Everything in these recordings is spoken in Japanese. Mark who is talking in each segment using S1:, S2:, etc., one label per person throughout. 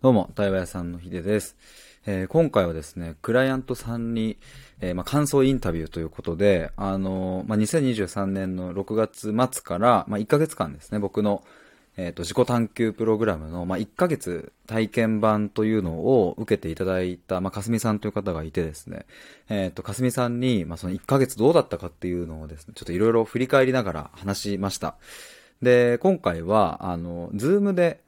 S1: どうも、対話屋さんのヒデです。えー今回はですね、クライアントさんに、えーまあ、感想インタビューということで、あのーまあ、2023年の6月末から、まあ、1ヶ月間ですね、僕の、えっ、と、自己探求プログラムの、まあ、1ヶ月体験版というのを受けていただいた、まあ、かすみさんという方がいてですね、えっ、と、かすみさんに、まあ、その1ヶ月どうだったかっていうのをですね、ちょっといろいろ振り返りながら話しました。で、今回は、あの、ズームで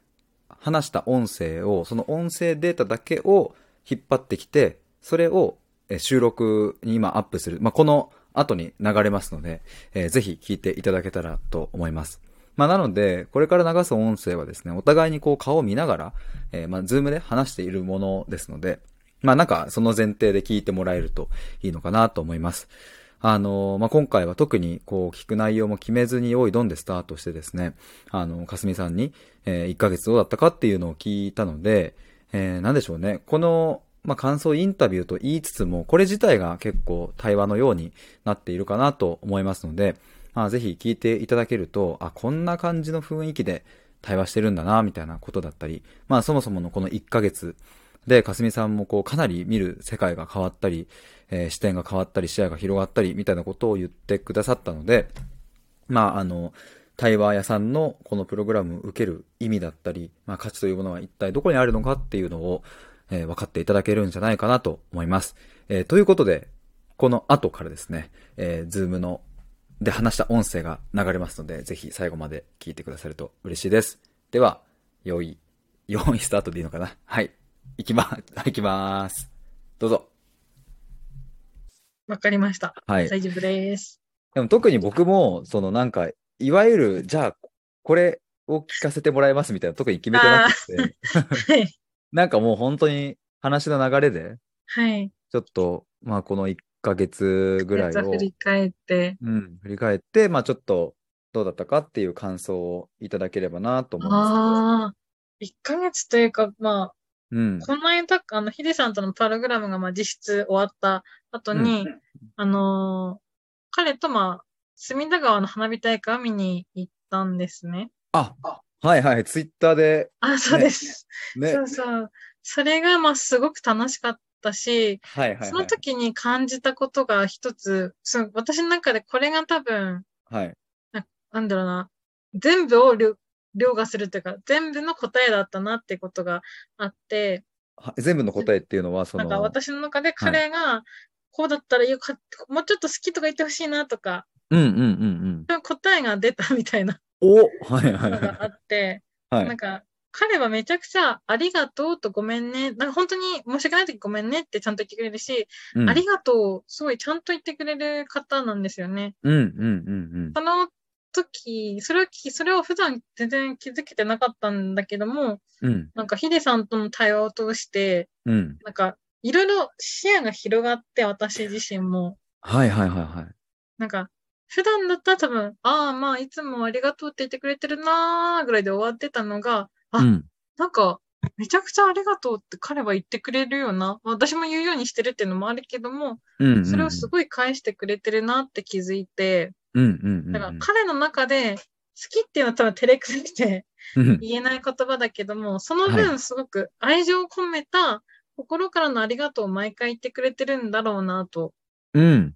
S1: 話した音声を、その音声データだけを引っ張ってきて、それをえー収録に今アップする。まあ、この後に流れますので、えーぜひ聞いていただけたらと思います。まあ、なので、これから流す音声はですね、お互いにこう顔を見ながら、えーまあ、ズームで話しているものですので、まあ、なんかその前提で聞いてもらえるといいのかなと思います。あの、まあ、今回は特にこう聞く内容も決めずに用意どんでスタートしてですね、あの、かすみさんに、え1ヶ月どうだったかっていうのを聞いたので、えーなんでしょうね。この、まあ、感想インタビューと言いつつも、これ自体が結構対話のようになっているかなと思いますので、まあ、ぜひ聞いていただけると、あ、こんな感じの雰囲気で対話してるんだな、みたいなことだったり、まあ、そもそものこの1ヶ月で、かすみさんもこう、かなり見る世界が変わったり、えー視点が変わったり、視野が広がったり、みたいなことを言ってくださったので、まあ、あの、対話屋さんのこのプログラムを受ける意味だったり、まあ、価値というものは一体どこにあるのかっていうのを、えー分かっていただけるんじゃないかなと思います。えーということで、この後からですね、えー、ズームの、で話した音声が流れますので、ぜひ最後まで聞いてくださると嬉しいです。では、用意、用意スタートでいいのかなはい。いきま、はい、いきまーす。どうぞ。
S2: わかりました。
S1: はい。
S2: 大丈 夫です。
S1: でも特に僕も、そのなんか、いわゆる、じゃあ、これを聞かせてもらいますみたいな、特に決めてなくて、
S2: はい。
S1: なんかもう本当に話の流れで、
S2: はい。
S1: ちょっと、まあこの1ヶ月ぐらい
S2: じゃあ
S1: を
S2: 振、り返って。
S1: うん、振り返って、まあちょっと、どうだったかっていう感想をいただければなと思うんで
S2: ああ。1ヶ月というか、まあ、
S1: すけど。うん。
S2: この間、あの、ヒデさんとのプログラムが、まあ、実質終わった後に、あのー彼と、まあ、隅田川の花火大会を見に行ったんですね。
S1: あ、はいはい、ツイッターで、
S2: あ、そうです。
S1: ね
S2: そ、うそう。それが、まあ、すごく楽しかったし、
S1: はいはいはい。
S2: その時に感じたことが一つ、その私の中でこれが多分、
S1: はい。
S2: なんだろうな、全部をりょ凌駕するというか、全部の答えだったなってことがあって、
S1: は全部の答えっていうのは、そ
S2: な
S1: の、
S2: んか私の中で彼が、こうだったらよかった、もうちょっと好きとか言ってほしいなとか、
S1: うんうんうん
S2: 答えが出たみたいな
S1: うん。おはいはい
S2: の
S1: はい
S2: が。あって、
S1: はい
S2: なんか、彼はめちゃくちゃありがとうとごめんね。なんか本当に申し訳ない時ごめんねってちゃんと言ってくれるし、
S1: うん
S2: ありがとう、すごいちゃんと言ってくれる方なんですよね。
S1: うんうんうん
S2: その時、それを聞き、それを普段全然気づけてなかったんだけども、
S1: うん。うん
S2: なんかヒデさんとの対話を通して、
S1: うん。
S2: なんかいろいろ視野が広がって、私自身も。
S1: はいはいはいはい。
S2: なんか、普段だったら多分、ああ、まあ、いつもありがとうって言ってくれてるなーぐらいで終わってたのが、あ
S1: うん。
S2: なんか、めちゃくちゃありがとうって彼は言ってくれるよな。まあ私も言うようにしてるっていうのもあるけども、
S1: うんうん
S2: それをすごい返してくれてるなって気づいて、
S1: うんうんうん。
S2: だから彼の中で、好きっていうのは多分照れくさくて、
S1: うん
S2: 言えない言葉だけども、その
S1: は
S2: 分すごく愛情を込めた心からのありがとうを毎回言ってくれてるんだろうなと
S1: うん。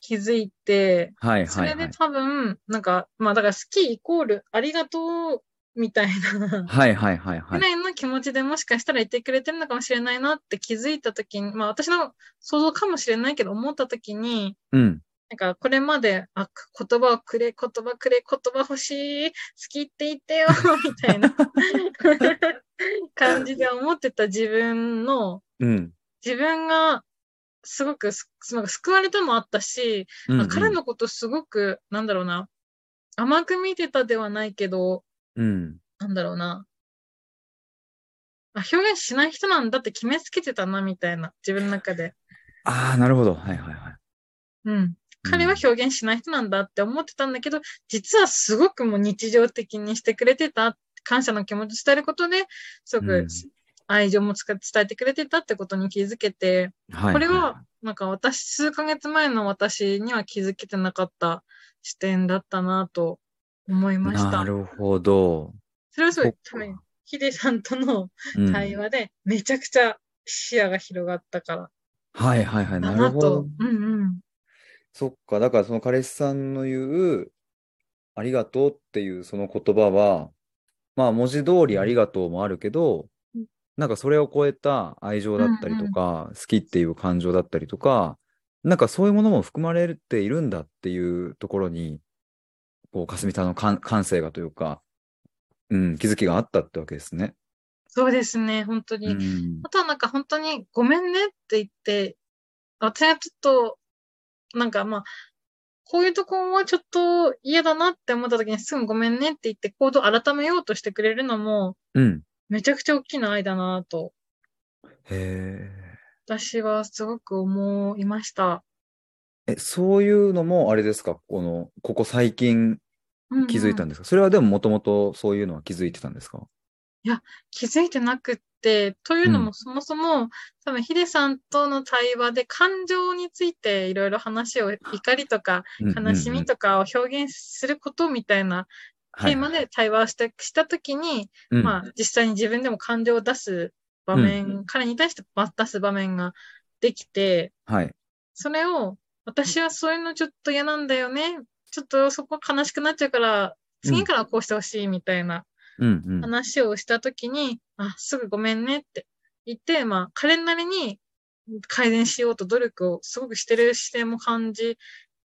S2: 気づいて、
S1: はい
S2: そ
S1: はい
S2: れ
S1: は
S2: で
S1: い。
S2: 多分、なんか、まあだから好きイコールありがとうみたいな、
S1: はいはいはいは
S2: ぐ
S1: い。
S2: らいの気持ちでもしかしたら言ってくれてるのかもしれないなって気づいた時に、まあ私の想像かもしれないけど思った時に、
S1: うん。
S2: なんか、これまで、あ、く言葉をくれ、言葉くれ、言葉欲しい、好きって言ってよ、 みたいな感じで思ってた自分の、
S1: うん。
S2: 自分がすごくす、なんか救われたもあったし、
S1: う
S2: あ
S1: ん。
S2: 彼のことすごく、なんだろうな、甘く見てたではないけど、
S1: うん。
S2: なんだろうな、あ表現しない人なんだって決めつけてたな、みたいな、自分の中で。
S1: ああ、なるほど。はいはいはい。
S2: うん。彼は表現しない人なんだって思ってたんだけど、実はすごくもう日常的にしてくれてた、感謝の気持ちを伝えることで、すご
S1: う
S2: く
S1: ん
S2: 愛情もつか伝えてくれてたってことに気づけて、
S1: はい。
S2: これは、なんか私、数ヶ月前の私には気づけてなかった視点だったなと思いました
S1: な。るほど。
S2: それはすごい、
S1: そ
S2: 多
S1: っか
S2: 分、ヒデさんとの
S1: うん
S2: 対話で、めちゃくちゃ視野が広がったから、
S1: はいはいはい。な
S2: だ
S1: る
S2: な
S1: ほ
S2: と
S1: ど。。
S2: うんうん。
S1: そっか。だからその彼氏さんの言う、ありがとうっていうその言葉は、まあ文字通りありがとうもあるけど
S2: うん、
S1: なんかそれを超えた愛情だったりとか、好きっていう感情だったりとか、なんかそういうものも含まれているんだっていうところに、こう、かすみさんの感感性がというか、うん、気づきがあったってわけですね。
S2: そうですね、本当に。
S1: うん
S2: あとはなんか本当にごめんねって言って、私はちょっと、なんかまあ、こういうとこはちょっと嫌だなって思った時にすぐごめんねって言って行動を改めようとしてくれるのも、
S1: うん。
S2: めちゃくちゃ大きな愛だなと、
S1: へ
S2: 私はすごく思いました。
S1: え。え、そういうのもあれですかこの、ここ最近
S2: うんうん
S1: 気づいたんですか、それはでももともとそういうのは気づいてたんですか
S2: 気づいてなくって、というの
S1: う
S2: もそもそも、多分ヒデさんとの対話で感情についていろいろ話を、怒りとか悲しみとかを表現することみたいな
S1: か
S2: テーマで対話をした,、したときに、まあ実際に自分でも感情を出す場面、
S1: う
S2: 彼に対して出す場面ができて、
S1: はい。
S2: それを、私はそういうのちょっと嫌なんだよね。ちょっとそこ悲しくなっちゃうから、次からはこうしてほしいみたいな
S1: うんうん。
S2: 話をしたときに、あ、すぐごめんねって言って、まあ彼なりに改善しようと努力をすごくしてる姿勢も感じ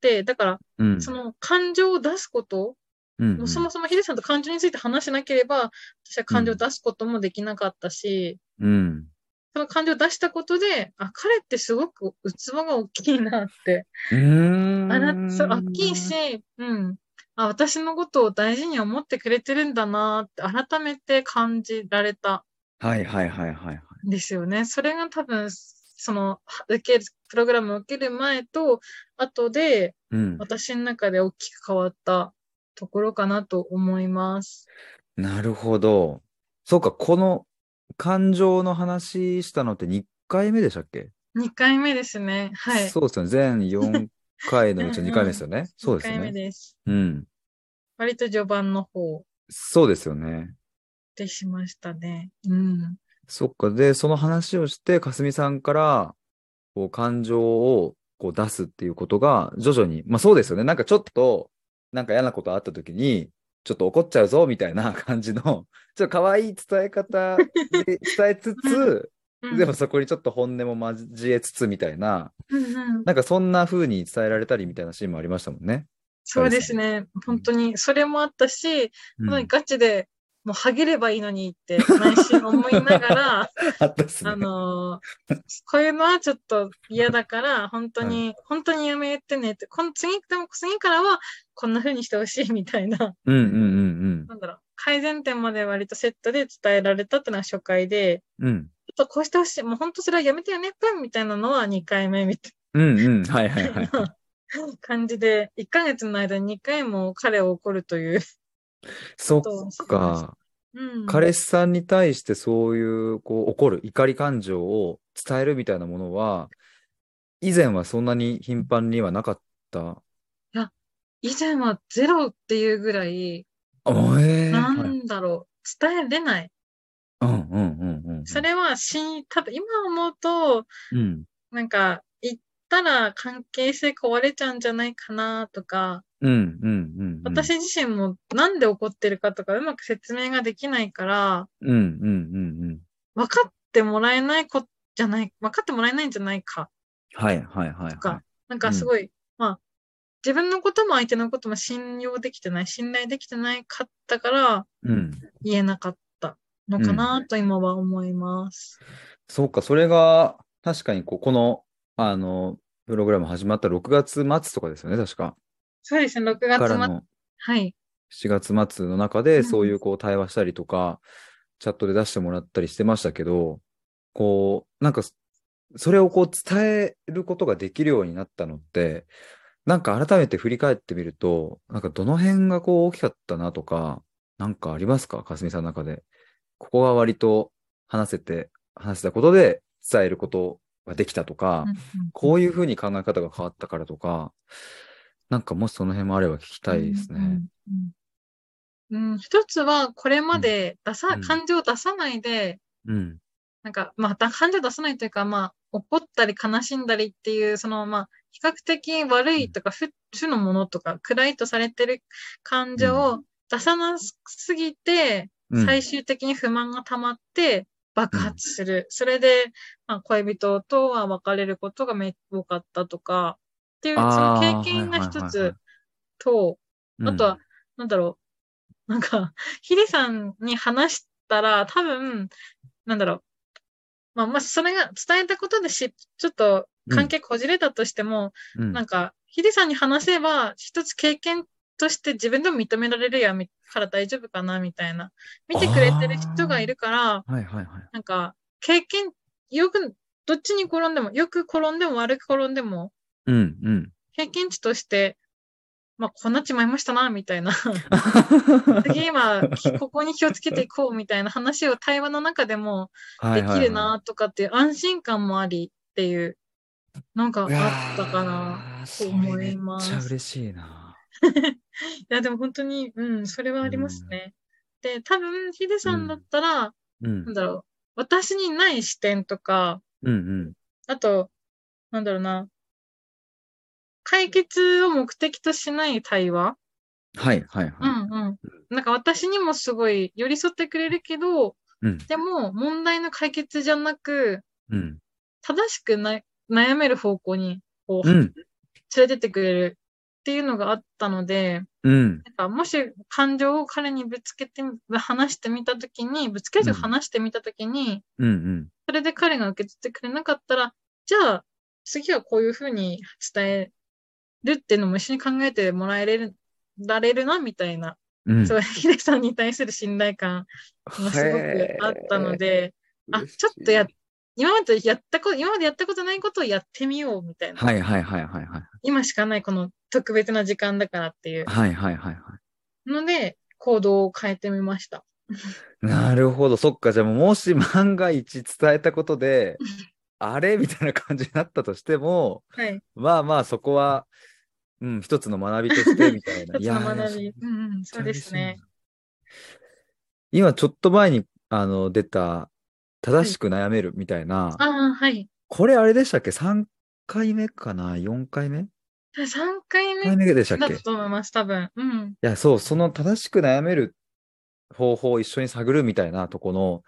S2: て、だから、
S1: うん
S2: その感情を出すこと
S1: うん
S2: もうそもそもヒデさんと感情について話しなければ、私は感情を出すこともできなかったし、
S1: うん。
S2: その感情を出したことで、あ、彼ってすごく器が大きいなって。
S1: うーん。
S2: あら、そう、大きいし、うん。あ、私のことを大事に思ってくれてるんだなって改めて感じられた
S1: はいはいはいはい。
S2: んですよね。それが多分、その、受ける、プログラムを受ける前と後で、
S1: うん。
S2: 私の中で大きく変わったところかなと思います。
S1: なるほど。そうか、この感情の話したのって2回目でしたっけ
S2: 2回目ですね。はい。
S1: そうですよね。全4回のうちの2回目です よね。そうです
S2: 一
S1: よ
S2: 回目
S1: ね。
S2: です。
S1: うん。
S2: 割と序盤の方
S1: そうですよね。
S2: でしましたね。うん。
S1: そっか。で、その話をして、かすみさんから、こう、感情を、こう、出すっていうことが、徐々に、まあそうですよね。なんかちょっと、なんか嫌なことあった時に、ちょっと怒っちゃうぞ、みたいな 感じの、ちょっと可愛い伝え方 で伝えつつ、
S2: うん
S1: でも、そこにちょっと本音も交えつつ、みたいな、
S2: うんうん、
S1: なんかそんな風に伝えられたりみたいなシーンもありましたもんね。
S2: そうですね。本当に、それもあったし、
S1: うん
S2: 本当にガチで、もう、はげればいいのにって、内心思いなが ら、
S1: あったっすね。
S2: あのーこういうのはちょっと嫌だから、本当に、本当にやめてねって、こん次、でも次からは、こんな風にしてほしいみたいな、
S1: うんうんうん
S2: なんだろう、改善点まで割とセットで伝えられたっていうのは初回で、
S1: うん。うん。
S2: ちょっとこうしてほしい。もう本当それはやめてよね、プンみたいなのは2回目みた
S1: うんうん。はいはいはい
S2: い。な感じで、1ヶ 月の間に2回も彼を怒るという。
S1: そっ
S2: そうそう
S1: か。
S2: うん、
S1: 彼氏さんに対してそういう、こう、怒る怒り感情を伝えるみたいなものは、以前はそんなに頻繁にはなかった。
S2: 以前はゼロっていうぐらい、
S1: あ、ええ
S2: な
S1: はい
S2: んだろう、伝えれない。
S1: うんうんうんうんうん。
S2: それはし、多分今思うと、
S1: うん。
S2: なんか、言ったら関係性壊れちゃうんじゃないかなとか、
S1: うんうんうんうん。
S2: 私自身もなんで怒ってるかとかうまく説明ができないから、
S1: うんうんうんうん。
S2: 分かってもらえないこじゃない、分かってもらえないんじゃないか
S1: はいはいはい
S2: と
S1: は
S2: か、なんかすごい、まあ、自分のことも相手のことも信用できてない、信頼できてないかったから
S1: い。うん。
S2: 言えなかったのかなと今は思います。
S1: そうか、それが、確かにこう、この、あの、プログラム始まった6月末とかですよね、確か。
S2: そうですね、6
S1: か
S2: 月末
S1: ら。の
S2: はい。
S1: 7月末の中
S2: う
S1: で、
S2: ん
S1: そういうこう対話したりとか、チャットで出してもらったりしてましたけど、こう、なんか、それをこう伝えることができるようになったのって、なんか改めて振り返ってみると、なんかどの辺がこう大きかったなとか、なんかありますかかすみさんの中で。ここが割と話せて、話せたことで伝えることができたとか
S2: うん、うん
S1: こういうふうに考え方が変わったからとか、なんかもしその辺もあれば聞きたいですね。
S2: うんうんうんうん、一つは、これまで出さ、
S1: うん
S2: 感情を出さないで、
S1: うん。
S2: なんか、まあ、だ感情を出さないというか、まあ、怒ったり悲しんだりっていう、その、まあ、比較的悪いとか、負負のものとか、暗いとされてる感情を出さなすぎて、
S1: うん
S2: 最終的に不満が溜まって爆発する。それで、まあ、恋人とは別れることがめ多かったとか、っていう、その
S1: あー
S2: 経験が
S1: はいはいは
S2: 一
S1: いはい
S2: つと、
S1: うん
S2: あとは、、なんだろう。なんか、 ヒデさんに話したら、多分、なんだろう。まあ、もしそれが伝えたことでし、ちょっと関係こじれたとしても、
S1: うん
S2: なんか、ヒデさんに話せば、一つ経験として自分でも認められるやみから大丈夫かな、みたいな。見てくれてる人がいるから、
S1: はいはいはい。
S2: なんか、経験、よく、どっちに転んでも、よく転んでも悪く転んでも、
S1: うん、うん。
S2: 経験値として、まあ、こうなっちまいましたな、みたいな。 次は、きここに気をつけていこう、みたいな話を対話の中でも
S1: は
S2: で
S1: いはいはい
S2: きるな、とかっていう安心感もありっていう、なんかあ
S1: うわー
S2: っ たかな。
S1: それ
S2: 思います
S1: めっちゃ嬉しいな。
S2: いや、でも本当に、うん、それはありますね。で、多分、ヒデさんだったら、
S1: うん
S2: なん。だろう、私にない視点とか、
S1: うん
S2: あと、なんだろうな、解決を目的としない対話、
S1: うん。はいはいはい。
S2: うんうん。なんか私にもすごい寄り添ってくれるけど、
S1: うん。
S2: でも問題の解決じゃなく、
S1: うん。
S2: 正しくな悩める方向にこう
S1: う
S2: 連
S1: ん。
S2: れてってくれるっていうのがあったので、
S1: うん。
S2: なんかもし感情を彼にぶつけて、話してみたときに、ぶつけず
S1: うん
S2: 話してみたときに、
S1: うん。うん。
S2: それで彼が受け取ってくれなかったら、じゃあ、次はこういうふうに伝えるっていうのも一緒に考えてもらえれる、られるな、みたいな。
S1: うん。
S2: そう、ヒデさんに対する信頼感がすごくあったので、あ、ちょっとや、今までやったこと、今までやったことないことをやってみよう、みたいな。
S1: はいはいはいはいはい。
S2: 今しかないこの特別な時間だからっていう。
S1: はいはいはいは
S2: ので、行動を変えてみました。
S1: い。なるほど。そっか。じゃあもし万が一伝えたことで、あれみたいな感じになったとしても、
S2: はい。
S1: まあまあそこは、うん、一つの学びとしてみたい な。
S2: 一つの学
S1: い
S2: び
S1: や。
S2: うんうん、そうですね。。
S1: 今ちょっと前にあの出た、正しく悩めるみたいな、
S2: ああ、はい。
S1: これあれでしたっけ ?3 回目かな ?4 回目
S2: 3回
S1: ?3 回
S2: 目
S1: 目でしたっ
S2: だ
S1: けい
S2: と思います、多分。うん。
S1: や、そう、その正しく悩める方法を一緒に探るみたいなとこの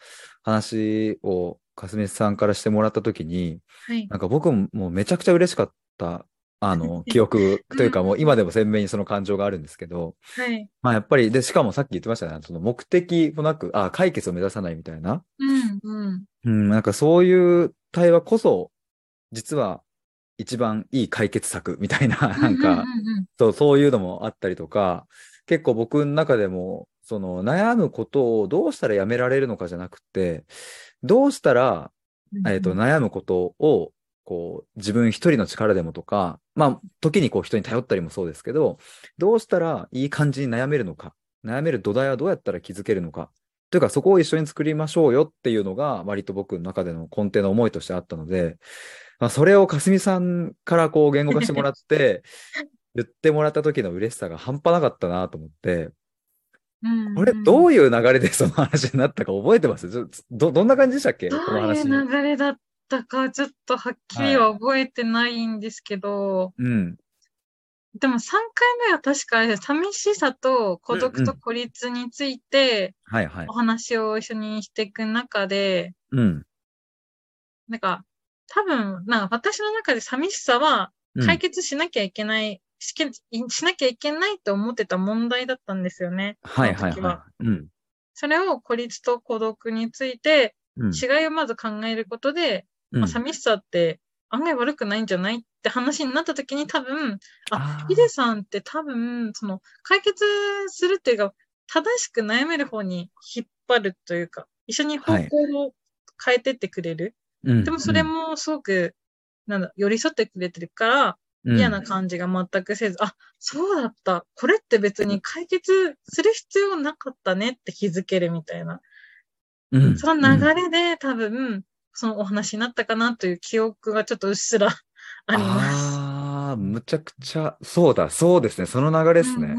S1: 話を、かすみさんからしてもらったときに、
S2: はい。
S1: なんか僕ももうめちゃくちゃ嬉しかった、あの、記憶というかもう今でも鮮明にその感情があるんですけど、
S2: はい。
S1: まあやっぱり、で、しかもさっき言ってましたね、その目的もなく、あ、解決を目指さないみたいな、
S2: うん、うん。
S1: うん、なんかそういう対話こそ、実は一番いい解決策みたいな、なん
S2: う
S1: か
S2: う、んうん
S1: そう、そういうのもあったりとか、結構僕の中でも、その悩むことをどうしたらやめられるのかじゃなくて、どうしたら、
S2: うん
S1: えっ、と、
S2: うん
S1: 悩むことを、こう、自分一人の力でもとか、まあ、時にこう人に頼ったりもそうですけど、どうしたらいい感じに悩めるのか、悩める土台はどうやったら築けるのか、というかそこを一緒に作りましょうよっていうのが、割と僕の中での根底の思いとしてあったので、まあ、それをかすみさんからこう言語化してもら って、言ってもらった時の嬉しさが半端なかったなと思って、
S2: うんうん
S1: これどういう流れでその話になったか覚えてますちょど、どんな感じでしたっけこ
S2: ど
S1: の
S2: うい
S1: 話。
S2: う流れだったか、ちょっとはっきりは覚えてないんですけど、
S1: うん。
S2: でも3回目は確かあれです、寂しさと孤
S1: うん
S2: 独
S1: う
S2: と
S1: ん
S2: 孤立について
S1: はいはい
S2: お。話を一緒にしていく中で、
S1: うん。
S2: なんか、多分、なんか私の中で寂しさは
S1: うん
S2: 解決しなきゃいけない、しけしなきゃいけないと思ってた問題だったんですよね。
S1: はいはい
S2: その時は
S1: はい。うん。
S2: それを孤立と孤独について
S1: うん
S2: 違いをまず考えることで、
S1: うん
S2: まあ、寂しさって案外悪くないんじゃないって話になった時に多分、
S1: あー
S2: ヒデさんって多分、その解決するっていうか、正しく悩める方に引っ張るというか、一緒に方向を変えてってくれる。
S1: うん
S2: でもそれもすごく、なんだ、寄り添ってくれてるから、
S1: うん
S2: 嫌な感じが全くせず、あ、そうだった。これって別に解決する必要なかったねって気づけるみたいな。
S1: うん
S2: その流れで多分、そのお話になったかなという記憶がちょっとうっすらあります。
S1: ああ、むちゃくちゃ、そうだ、そうですね、その流れですね。
S2: うんうん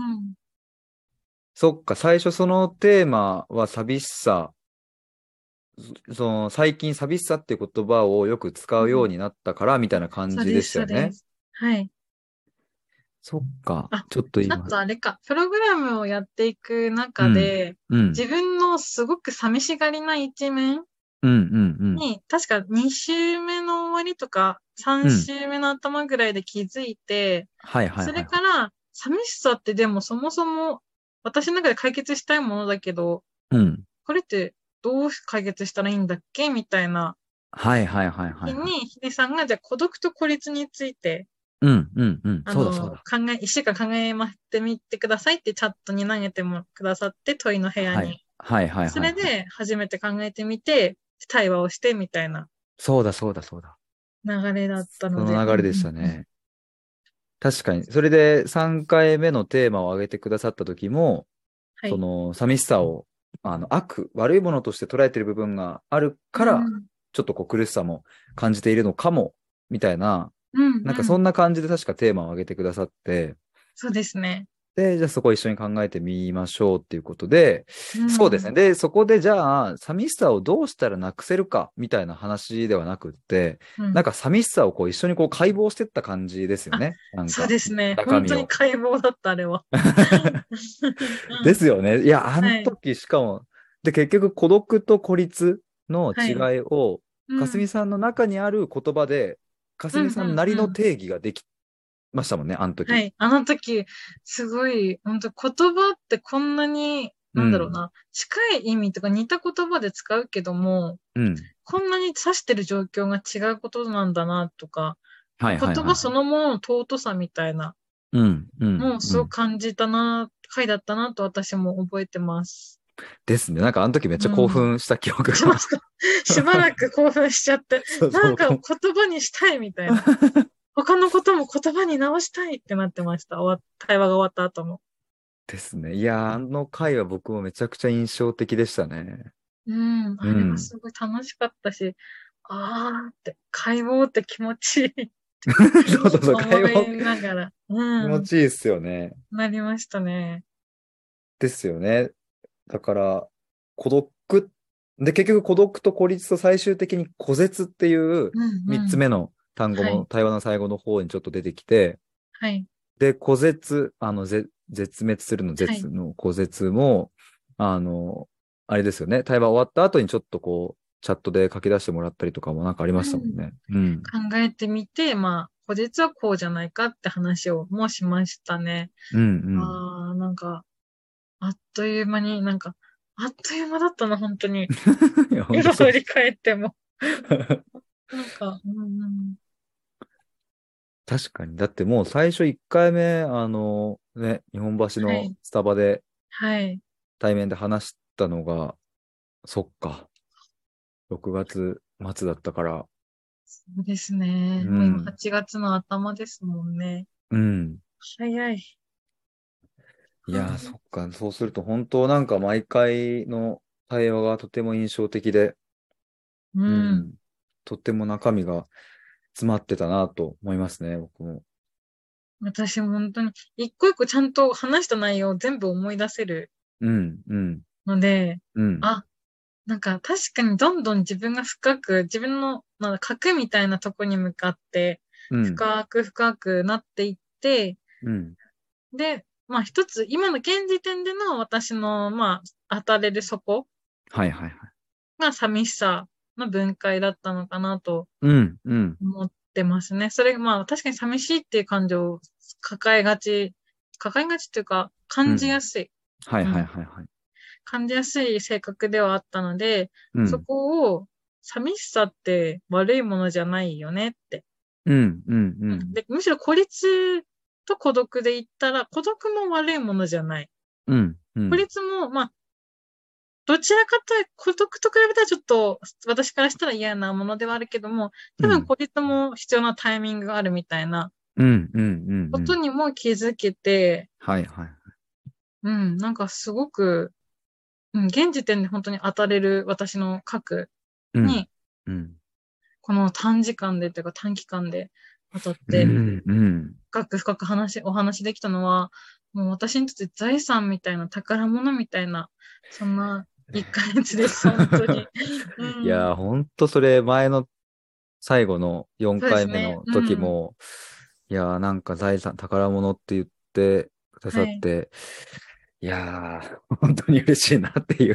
S1: そっか、最初そのテーマは寂しさ。そその、最近寂しさっていう言葉をよく使うようになったから、みたいな感じでしたよ
S2: そう
S1: ね
S2: で。す。はい。
S1: そっか
S2: あ。
S1: ちょっと
S2: あ
S1: 今。
S2: とあれか、プログラムをやっていく中で、
S1: うん。
S2: 自分のすごく寂しがりな一面
S1: うんうん
S2: に、確か2週目の終わりとか、3週目の頭ぐらいで気づいて、
S1: はいはいはい。
S2: それから、寂しさってでもそもそも私の中で解決したいものだけど、
S1: うん。
S2: これってどう解決したらいいんだっけみたいな
S1: はいはいはいは
S2: 時
S1: いはい。
S2: に、ヒデさんがじゃあ孤独と孤立について、
S1: うんうんうん。
S2: あ
S1: そ
S2: の、
S1: うだそうだ。
S2: 考え、一週間考えまってみてくださいってチャットに投げてもくださって、問いの部屋に。
S1: はいはいはいはい。
S2: それ、で初めて考えてみて、対話をしてみたいな
S1: そうだそうだそうだ。
S2: 流れだった
S1: そ
S2: ので。
S1: の流れでしたね。確かに。それで3回目のテーマを挙げてくださった時も、
S2: はい
S1: その寂しさを、あの、悪、悪いものとして捉えてる部分があるか
S2: う
S1: ら
S2: ん、うん。
S1: ちょっとこう苦しさも感じているのかも、みたいな、
S2: うんうん、
S1: なんかそんな感じで確かテーマを挙げてくださって、
S2: そうですね。
S1: で、じゃあそこ一緒に考えてみましょうっていうことで、
S2: ん
S1: そうですね。。で、そこでじゃあ、寂しさをどうしたらなくせるか、みたいな話ではなくって、
S2: うん
S1: なんか寂しさをこう一緒にこう解剖してった感じですよね。なんか
S2: そうですね。
S1: 中身を
S2: 本当に解剖だった、あれは。。
S1: ですすよね。いや、あ
S2: は
S1: の
S2: い
S1: 時しかも、で、結局孤独と孤立の違いを、
S2: うん
S1: かすみさんの中にある言葉で、かすみさんなりの定義ができましたもんね、あの時。
S2: はい。あの時、すごい、本当言葉ってこんなに、なんだろうな、近い意味とか似た言葉で使うけども、
S1: うん。
S2: こんなに指してる状況が違うことなんだなとか、
S1: はいはい、
S2: 言
S1: はい。
S2: 葉そのものの尊さみたいな、
S1: うん、うん。
S2: もうすご
S1: ん
S2: く感じたな、回だったなと私も覚えて ます。
S1: ですね。なんかあの時めっちゃ興奮した記 憶が。
S2: しますか しばらく興奮しちゃって、
S1: そうそう
S2: なんか言葉にしたいみたい な。他のことも言葉に直したいってなってました。終わ対話が終わった後も。
S1: ですね。いやー、あの回は僕もめちゃくちゃ印象的でしたね。
S2: うん。あれはすごい楽しかったし、あーって、解剖って気持ちいいって
S1: そうそうそう、
S2: 思
S1: 会話
S2: いながら、
S1: 気
S2: う
S1: 持
S2: ん。
S1: ちいいっすよね。
S2: なりましたね。
S1: ですよね。だから、孤独、で、結局孤独と孤立と最終的に孤絶っていう
S2: うん、うん。
S1: 3つ。目の単語
S2: は
S1: も
S2: い
S1: 対話の最後の方にちょっと出てきて、
S2: はい。
S1: で、孤絶、あの、ぜ絶滅するの
S2: はい
S1: 絶の孤絶も、あの、あれですよね。対話終わった後にちょっとこう、チャットで書き出してもらったりとかもなんかありましたもんね。うん。
S2: 考えてみて、まあ、個実はこうじゃないかって話をもうしましたね。
S1: うんうん。
S2: ああ、なんか、あっという間になんか、あっという間だったな、本当 に。
S1: いや本
S2: 今
S1: 当そう
S2: 振り返っても。 なんか、うんうん、
S1: 確かに。だってもう最初1回目、あの、ね、日本橋
S2: は
S1: の
S2: い
S1: スタバで
S2: はい。
S1: 対面で話したのが、そっか。6月末だったから、
S2: そうですね。
S1: うん
S2: もう今8月の頭ですもんね。
S1: うん。
S2: 早い。
S1: いや
S2: うん
S1: ー、そっか。そうすると本当なんか毎回の対話がとても印象的で、
S2: うん。
S1: うんとても中身が詰まってたなと思いますね、僕も。
S2: 私も本当に、一個一個ちゃんと話した内容を全部思い出せる
S1: うん、うん、
S2: ので、
S1: うん。
S2: あなんか確かにどんどん自分が深く、自分の、なんだ、核みたいなとこに向かって、
S1: うん、
S2: 深く深くなっていって、
S1: うん、
S2: で、まあ一つ、今の現時点での私の、まあ、当たれる底
S1: はいはいはい。
S2: が寂しさの分解だったのかなと
S1: うん、うん、
S2: 思ってますね。それがまあ確かに寂しいっていう感情を抱えがち、抱えがちというか感じやすい、
S1: はいはいはいはい。
S2: 感じやすい性格ではあったので、
S1: うん、
S2: そこを寂しさって悪いものじゃないよねって。
S1: うん、うん、うん。
S2: でむしろ孤立と孤独で言ったら孤独も悪いものじゃない。
S1: うん。うん
S2: 孤立も、まあ、どちらかというと孤独と比べたらちょっと私からしたら嫌なものではあるけども、
S1: う
S2: 多
S1: ん
S2: 分孤立も必要なタイミングがあるみたいな
S1: うん、うん、うん。
S2: ことにも気づけて、
S1: はい、はい。
S2: うん、なんかすごく、うん、現時点で本当に当たれる私の核
S1: うん
S2: に、
S1: うん。
S2: この短時間でというか短期間で当たっ
S1: う
S2: て、
S1: ん、うん。
S2: 深く深く話、お話できたのは、もう私にとって財産みたいな宝物みたいな、そんな1ヶ 月です、本当に。うん
S1: いやー、ほんとそれ、前の最後の4回目の
S2: そうですね
S1: 時
S2: うん
S1: も、いやー、なんか財産、宝物って言ってくださって、い、やー、本当に嬉しいなって いう。
S2: い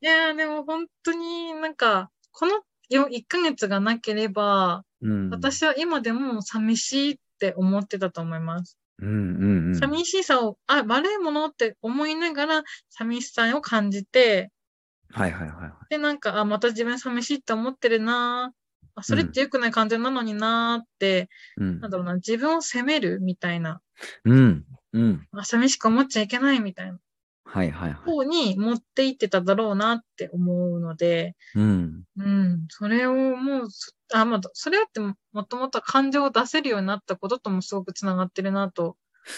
S2: やーでも本当になんか、この1ヶ月がなければ、
S1: うん、
S2: 私は今でも寂しいって思ってたと思います。
S1: うんうんうん。
S2: 寂しさを、あ、悪いものって思いながら寂しさを感じて、
S1: はいはいはいはい。
S2: で、なんか、あ、また自分寂しいって思ってるなーあ、それって良くない感情なのになーって、
S1: うん
S2: なんだろうな、自分を責めるみたいな、
S1: うん。うん。
S2: あ、寂しく思っちゃいけないみたいな
S1: はいはいはい。
S2: 方に持っていってただろうなって思うので、
S1: うん。
S2: うん、それをもうす、あ、まあ、それってもともと感情を出せるようになったことともすごくつながってるなと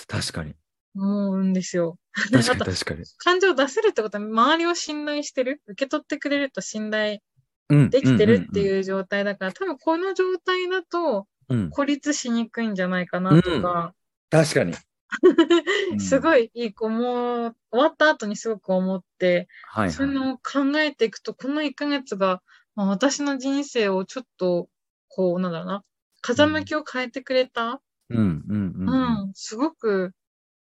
S1: 確 かに。
S2: 思うんですよ。
S1: 確かに確かに。
S2: 感情を出せるってことは、周りを信頼してる、受け取ってくれると信頼
S1: うん。
S2: できてるって
S1: う。
S2: いう状態だから、多分この状態だと
S1: うん。
S2: 孤立しにくいんじゃないかなとか、
S1: 確かに。うん
S2: すごいいい思う、終わった後にすごく思って、
S1: はいはい。
S2: そういうのを考えていくと、この1ヶ月が、まあ、私の人生をちょっと、こう、なんだろうな、風向きを変えてくれた。
S1: うんうんう
S2: うんん、
S1: うん。
S2: すごく、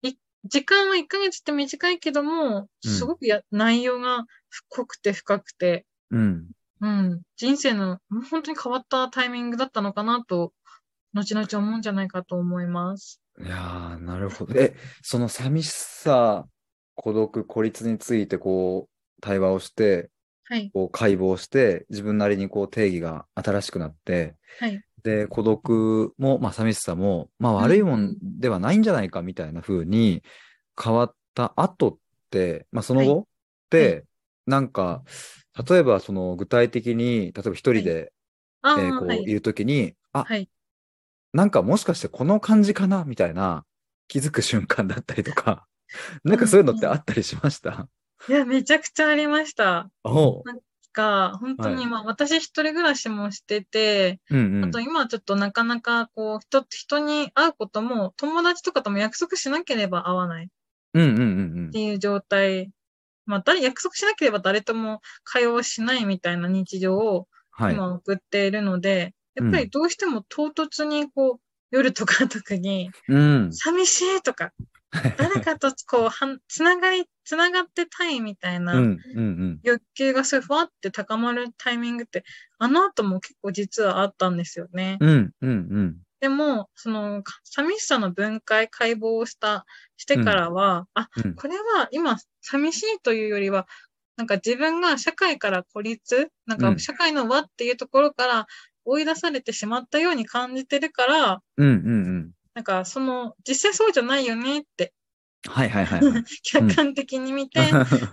S2: い時間は1ヶ月って短いけども、
S1: うん
S2: すごくや、内容が濃くて深くて、
S1: うん。
S2: うん、人生のもう本当に変わったタイミングだったのかなと、後々思うんじゃないかと思います。
S1: いやー、なるほど。え、その寂しさ、孤独、孤立について、こう、対話をして、
S2: はい、
S1: こう、解剖して、自分なりにこう、定義が新しくなって、
S2: はい、
S1: で、孤独も、まあ、寂しさも、まあ、悪いもんではないんじゃないか、みたいな風に変わった後って、まあ、その後って、
S2: は
S1: なんか、例えば、その、具体的に、例えば一人で、
S2: ああ、
S1: えーこう、
S2: はいい、
S1: るときに、あ、
S2: はい。
S1: なんかもしかしてこの感じかなみたいな気づく瞬間だったりと か、なんかそういうのってあったりしました
S2: いや、めちゃくちゃありました。
S1: おう。
S2: が、本当
S1: はい
S2: に、まあ、私一人暮らしもしてて、
S1: うんう
S2: あ
S1: ん
S2: と。今はちょっとなかなか、こう、人、人に会うことも、友達とかとも約束しなければ会わないっ
S1: うんうんうん
S2: ていう状態。まあ、誰、約束しなければ誰とも会話をしないみたいな日常を
S1: はい。
S2: 今送っているので、やっぱ
S1: うん
S2: りどうしても唐突に、こう、夜とか特に、
S1: うん。
S2: 寂しいとか、 誰かとこう、はんつながり、つながってたいみたいな
S1: うんうんうん。
S2: 欲求がそういうふわって高まるタイミングって、あの後も結構実はあったんですよね。
S1: うんうんうん。
S2: でも、その、か寂しさの分解、解剖をした、してからは、あ、
S1: うん
S2: これは今、寂しいというよりは、なんか自分が社会から孤立、なん
S1: う
S2: か
S1: ん
S2: 社会の輪っていうところから追い出されてしまったように感じてるから、
S1: うんうんうん。
S2: なんかその、実際そうじゃないよねって、
S1: はいはいはいはい。うん
S2: 客観的に見て、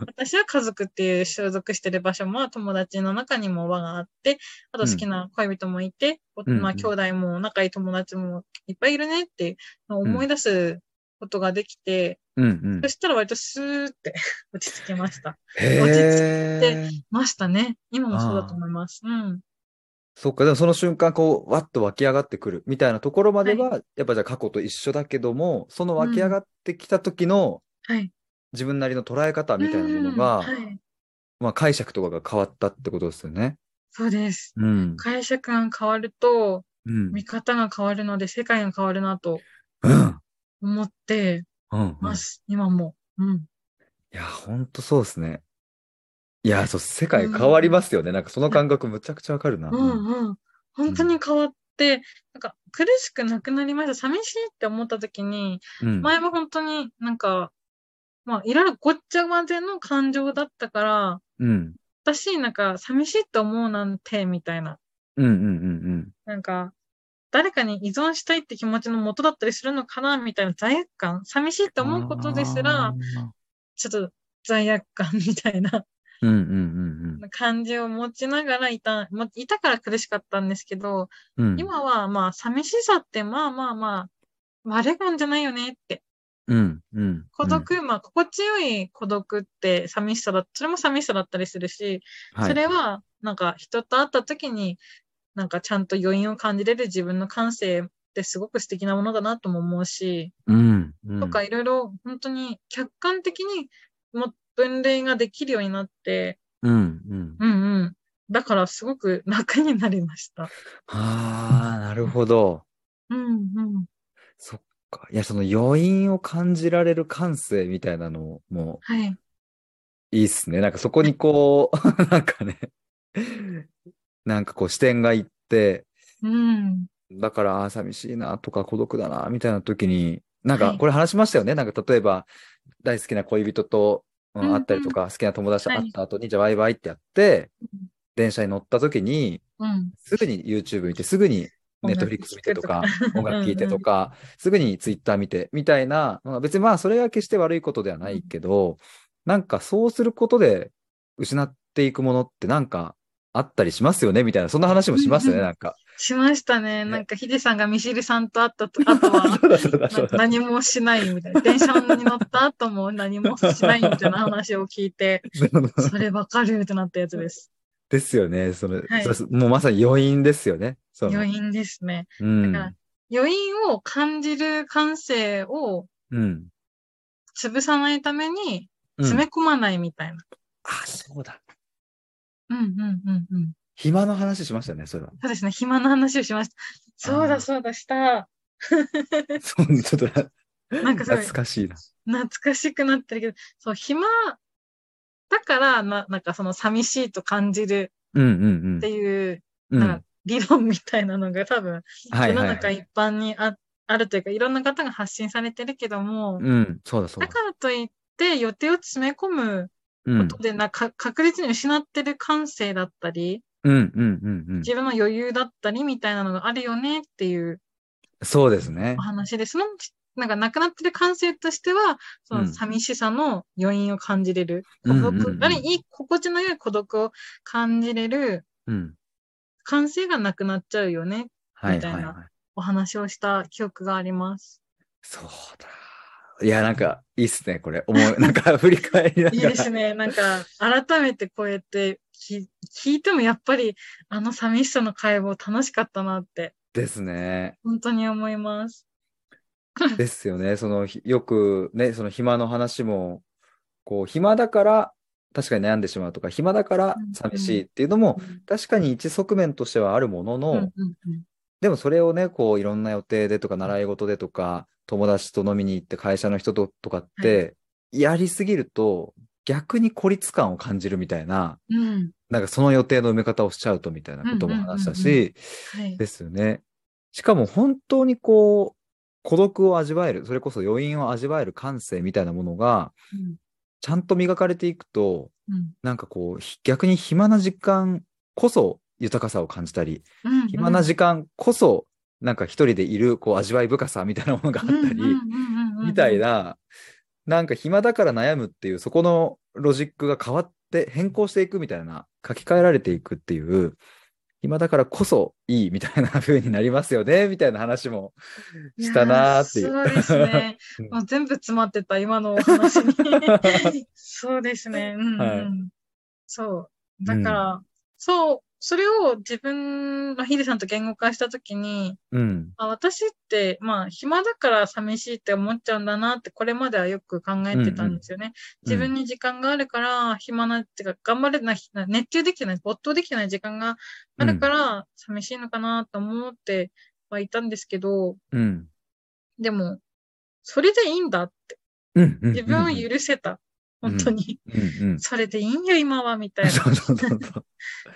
S2: 私は家族っていう所属してる場所も友達の中にも輪があって、あと好きな恋人もいて、
S1: うん
S2: まあ
S1: うん
S2: 兄弟も仲いい友達もいっぱいいるねっていうのを思い出すことができて、
S1: うんうん
S2: そ。したら割とスーって 落ち着きました。
S1: へえ。
S2: ましたね。今もそうだと思います。うん。
S1: そっか、でもその瞬間、こう、わっと湧き上がってくるみたいなところまでは、やっぱじゃあ過去と一緒だけども、その湧き上がってきた時の
S2: はい。
S1: 自分なりの捉え方みたいなもの
S2: うん
S1: が、
S2: はい。
S1: まあ解釈とかが変わったってことですよね。
S2: そうです。
S1: うん。
S2: 解釈が変わると、
S1: うん。
S2: 見方が変わるので世界が変わるなと
S1: うん。
S2: 思って
S1: うん。い
S2: ます。今も。うん。
S1: や、ほんとそうですね。いや、そう、世界変わりますよね。なんかその感覚むちゃくちゃわかるな。
S2: うんうん。本当に変わって、なんか苦しくなくなりました。寂しいって思った時に、
S1: うん。
S2: 前も本当になんか、まあいろいろごっちゃ混ぜの感情だったから、
S1: うん。
S2: 私なんか寂しいと思うなんて、みたいな。
S1: うんうんうん
S2: なんか、誰かに依存したいって気持ちの元だったりするのかな、みたいな罪悪感。寂しいって
S1: うん。
S2: 思うことですら
S1: あ、ー
S2: ちょっと罪悪感みたいな
S1: うんうんうん
S2: 感じを持ちながらいた、もいたから苦しかったんですけど、
S1: うん。うん。
S2: 今はまあ寂しさってまあまあまあ悪いもんじゃないよねって
S1: うんうん。
S2: 孤独、まあ心地よい孤独って寂しさだそれも寂しさだったりするし、
S1: はい。
S2: それはなんか人と会った時になんかちゃんと余韻を感じれる自分の感性ってすごく素敵なものだなとも思うし、
S1: うん。うん
S2: とかいろいろ本当に客観的にも分類ができるようになって、
S1: うん、うん。
S2: うんうん。だからすごく楽になりました。
S1: ああ、なるほど。
S2: うんうん。
S1: そっか。いや、その余韻を感じられる感性みたいなのも
S2: はい。
S1: いいっすね。なんかそこにこう、 なんかね、なんかこう視点がいって、
S2: うん。
S1: だから、あー寂しいなとか孤独だな、みたいな時に、なん
S2: は
S1: か
S2: い
S1: これ話しましたよね。なんか例えば、大好きな恋人と、うん
S2: うんうん
S1: 会ったりとか、好きな友達と
S2: はい
S1: 会った後に、じゃあバイバイってやって
S2: うん、
S1: 電車に乗った時に、
S2: うん。
S1: すぐに YouTube 見て、すぐに
S2: 音
S1: Netflix
S2: 楽
S1: 見てとか、音楽聴いて
S2: うんう
S1: と
S2: ん
S1: か、すぐに Twitter 見て、みたいな、まあ別にまあそれは決して悪いことではないけど、なんかそうすることで失っていくものってなんかあったりしますよね、みたいな、そんな話もしますよね、
S2: うんうん
S1: なん か。
S2: しましたね。なんかヒデさんがミシルさんと会ったと、あとは、
S1: そうだそうだ
S2: な
S1: そ
S2: ん
S1: う
S2: か
S1: だ。
S2: 何もしないみたいな。電車に乗った後も何もしないみたいな話を聞いて、それわかるってなったやつです。
S1: ですよね。その、
S2: はい
S1: そうそうもうまさに余韻ですよね。その
S2: 余。韻ですね。
S1: うん。
S2: だから余韻を感じる感性を
S1: うん。
S2: 潰さないために
S1: うん
S2: 詰め込まないみたいな。
S1: あ、そうだ。
S2: うんうんうんうん。
S1: 暇の話しましたね、それ は。
S2: そうですね。暇の話をしました。そう
S1: あー
S2: だそうだ、した。
S1: そう、ちょっとな、
S2: なんかそれ
S1: 懐かしいな。
S2: 懐かしくなってるけど、そう、暇だから、な、なんかその寂しいと感じる
S1: うんうんうん
S2: って。いう、
S1: う
S2: なんか理論みたいなのが多分、
S1: はい
S2: 世の
S1: はい。
S2: 中一般にああるというか、いろんな方が発信されてるけども、
S1: うん、そうだそう
S2: だ
S1: だ。
S2: からといって予定を詰め込む
S1: うん、う
S2: こ
S1: ん
S2: とでな、か確実に失ってる感性だったり、
S1: うんうんうん。
S2: 自分の余裕だったりみたいなのがあるよねっていう
S1: そうですね
S2: お。話で、その、なんかなくなってる感性としては、そ
S1: うん
S2: の寂しさの余韻を感じれる。
S1: う
S2: 孤
S1: ん
S2: 独、
S1: うんうん
S2: あるいい心地の良い孤独を感じれる
S1: うん。
S2: 感性がなくなっちゃうよね。
S1: はい
S2: みたい
S1: は
S2: ない
S1: はい。
S2: お話をした記憶があります。
S1: そうだ。いや、なんか、いいっ すね、これ。思う、なんか、振り返りながら。
S2: いいですね。なんか、改めてこうやって聞聞いてもやっぱり、あの寂しさの会話楽しかったなって、
S1: ですね。
S2: 本当に思います。
S1: ですよね。その、ひよくね、その暇の話も、こう、暇だから、確かに悩んでしまうとか、暇だから
S2: うんうん
S1: 寂しいっていうのも、確かに一側面としてはあるものの、
S2: うんうんうん
S1: でもそれをね、こう、いろんな予定でとか、習い事でとか、友達と飲みに行って、会社の人ととかって、やりすぎると、逆に孤立感を感じるみたいな、
S2: うん。
S1: なんかその予定の埋め方をしちゃうとみたいなことも話した
S2: うんうんう
S1: し、
S2: はい。
S1: ですよね。しかも本当にこう、孤独を味わえる、それこそ余韻を味わえる感性みたいなものが、
S2: うん
S1: ちゃんと磨かれていくと、
S2: うん
S1: なんかこう、ひ逆に暇な時間こそ豊かさを感じたり、
S2: うん
S1: 暇な時間こそ、なんか一人でいる、こう、味わい深さみたいなものがあったり、みたい。な、なんか暇だから悩むっていう、そこのロジックが変わって、変更していくみたいな、書き換えられていくっていう、暇だからこそいいみたいな風になりますよね、みたいな話もしたなーってい
S2: や
S1: う。
S2: ーそうですね
S1: うん。
S2: もう全部詰まってた、今のお話 に。そうですね。うん、うん
S1: はい
S2: そう。だから、そう、それを自分のヒデさんと言語化したときに、
S1: うん。
S2: あ私って、まあ、暇だから寂しいって思っちゃうんだなって、これまではよく考えてたんですよね。自分に時間があるから、暇な、ってか、頑張れない、熱中できてない、没頭できてない時間があるから、寂しいのかなと思ってはいたんですけど、
S1: うん。
S2: でも、それでいいんだ。
S1: うん。うん
S2: 自分を許せた。
S1: うん
S2: 本当に。
S1: うんうん。
S2: それでいいんよ、今は、みたいな。
S1: そうそうそうそう。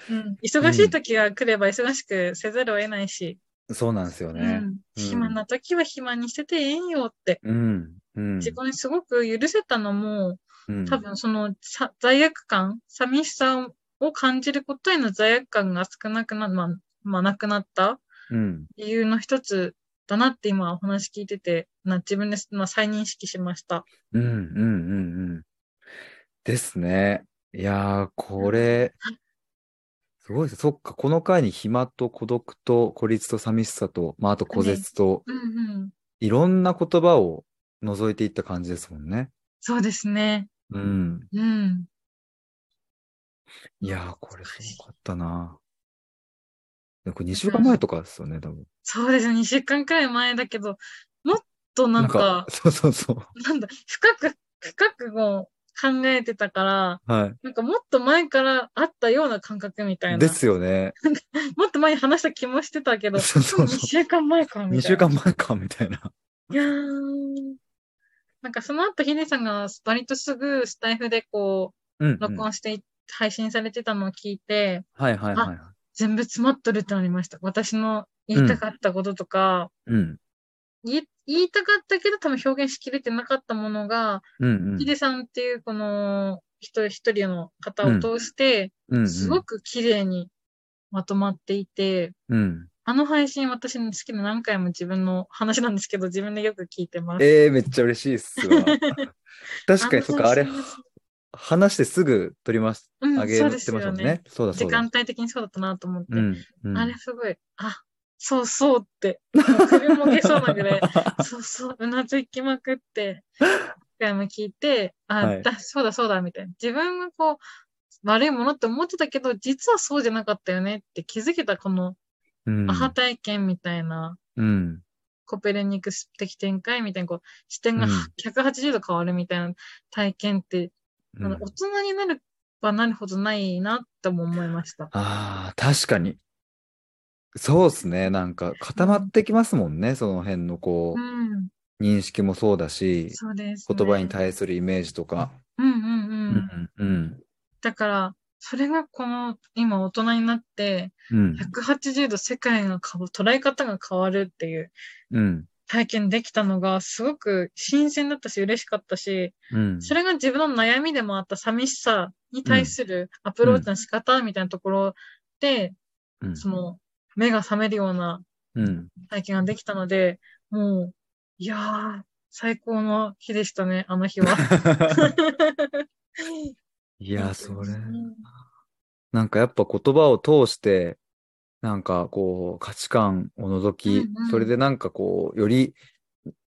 S2: うん、忙しい時が来れば忙しくせざるを得ないし、
S1: そうなんですよ
S2: う
S1: ね。
S2: ん、暇な時は暇にしてていいよって、
S1: うん。うん。
S2: 自分にすごく許せたのも、
S1: うん
S2: 多分そのさ罪悪感、寂しさを感じることへの罪悪感が少なくな、まあ、まあ、なくなった
S1: うん。
S2: 理由の一つだなって今お話聞いてて、な自分で、まあ、再認識しました。
S1: うんうんうんうん。ですね。いやー、これ、すごいです。そっか、この回に暇と孤独と孤立と寂しさと、まあ、あと孤絶と、
S2: うんうん。
S1: いろんな言葉を除いていった感じですもんね。
S2: そうですね。
S1: うん。
S2: うん。
S1: いやー、これすごかったな。でこれ2週間前とかですよね、多分。
S2: そうですね、2週間くらい前だけど、もっとなんか、
S1: そうそうそう。
S2: なんだ、深く、深くもう考えてたから、
S1: は
S2: なんかもっと前からあったような感覚みたい
S1: い。
S2: な。
S1: ですよね。
S2: もっと前に話した気もしてたけど、
S1: そうそうそう
S2: 2週間前かみたいな。
S1: 2週間前か、みたいな。
S2: いやーなんかその後ヒデさんが割とすぐスタイフでこ
S1: うん、うん
S2: う、録音してい、配信されてたのを聞いて、
S1: はいはいはいはい。
S2: 全部詰まっとるってなりました。私の言いたかったこととか、
S1: うん。
S2: 言い言いたかったけど多分表現しきれてなかったものが、
S1: うんうん。
S2: ヒデさんっていうこの一人一人の方を通して、
S1: うんうん
S2: すごく綺麗にまとまっていて、
S1: うん。
S2: あの配信私の好きで何回も自分の話なんですけど、自分でよく聞いてます。
S1: ええー、めっちゃ嬉しいっす わ。確かに、そっか、あ
S2: あの
S1: れ
S2: 配、信
S1: 話してすぐ撮りまし、
S2: うん
S1: あげて
S2: そう
S1: ま
S2: で
S1: し
S2: す
S1: た
S2: よ
S1: もんね。そうだそ
S2: 時
S1: うだ
S2: 間。帯的にそうだったなと思って。
S1: うん。うん
S2: あれすごい、あ、そうそうって、もう首もげそうなぐらい、そうそう、うなずきまくって、何回も聞いて、あ、
S1: はい
S2: だ、そうだそうだみたいな。自分がこう、悪いものって思ってたけど、実はそうじゃなかったよねって気づけたこの
S1: うん
S2: アハ体験みたいな、
S1: うん。
S2: コペルニクス的展開みたいな、こう、視点が
S1: うん
S2: 180度変わるみたいな体験って、
S1: う
S2: あの
S1: ん
S2: 大人になればなるほどないなっても思いました。
S1: ああ、確かに。そうっすね。なんか固まってきますもんね。その辺のこ
S2: う
S1: う、
S2: ん、
S1: 認識もそうだし、
S2: そうです、
S1: 言葉に対するイメージとか。
S2: うんうんう。
S1: うんんうん
S2: だから、それがこの、今大人になって、
S1: うん
S2: 180度世界が変わ、捉え方が変わるっていう
S1: うん
S2: 体験できたのが、すごく新鮮だったし、嬉しかったし、
S1: うん
S2: それが自分の悩みでもあった寂しさに対するアプローチの仕方みたいなところで、
S1: うん
S2: その、目が覚めるような
S1: うん
S2: 体験ができたので、もう、いやー、最高の日でしたね、あの 日は。
S1: い
S2: い
S1: や、それ。なんかやっぱ言葉を通して、なんかこう価値観を除き、
S2: うんうん
S1: それでなんかこう、より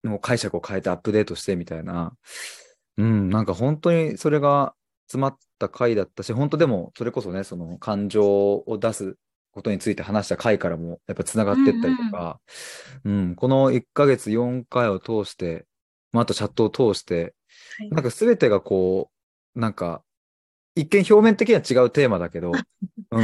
S1: の解釈を変えてアップデートしてみたいな。うん、なんか本当にそれが詰まった回だったし、本当でもそれこそね、その感情を出すことについて話した回からもやっぱ繋がってったりとか、うん、この1ヶ月4回を通して、まあ、あとチャットを通して、
S2: はい
S1: なんか全てがこう、なんか、一見表面的には違うテーマだけど、うん、
S2: う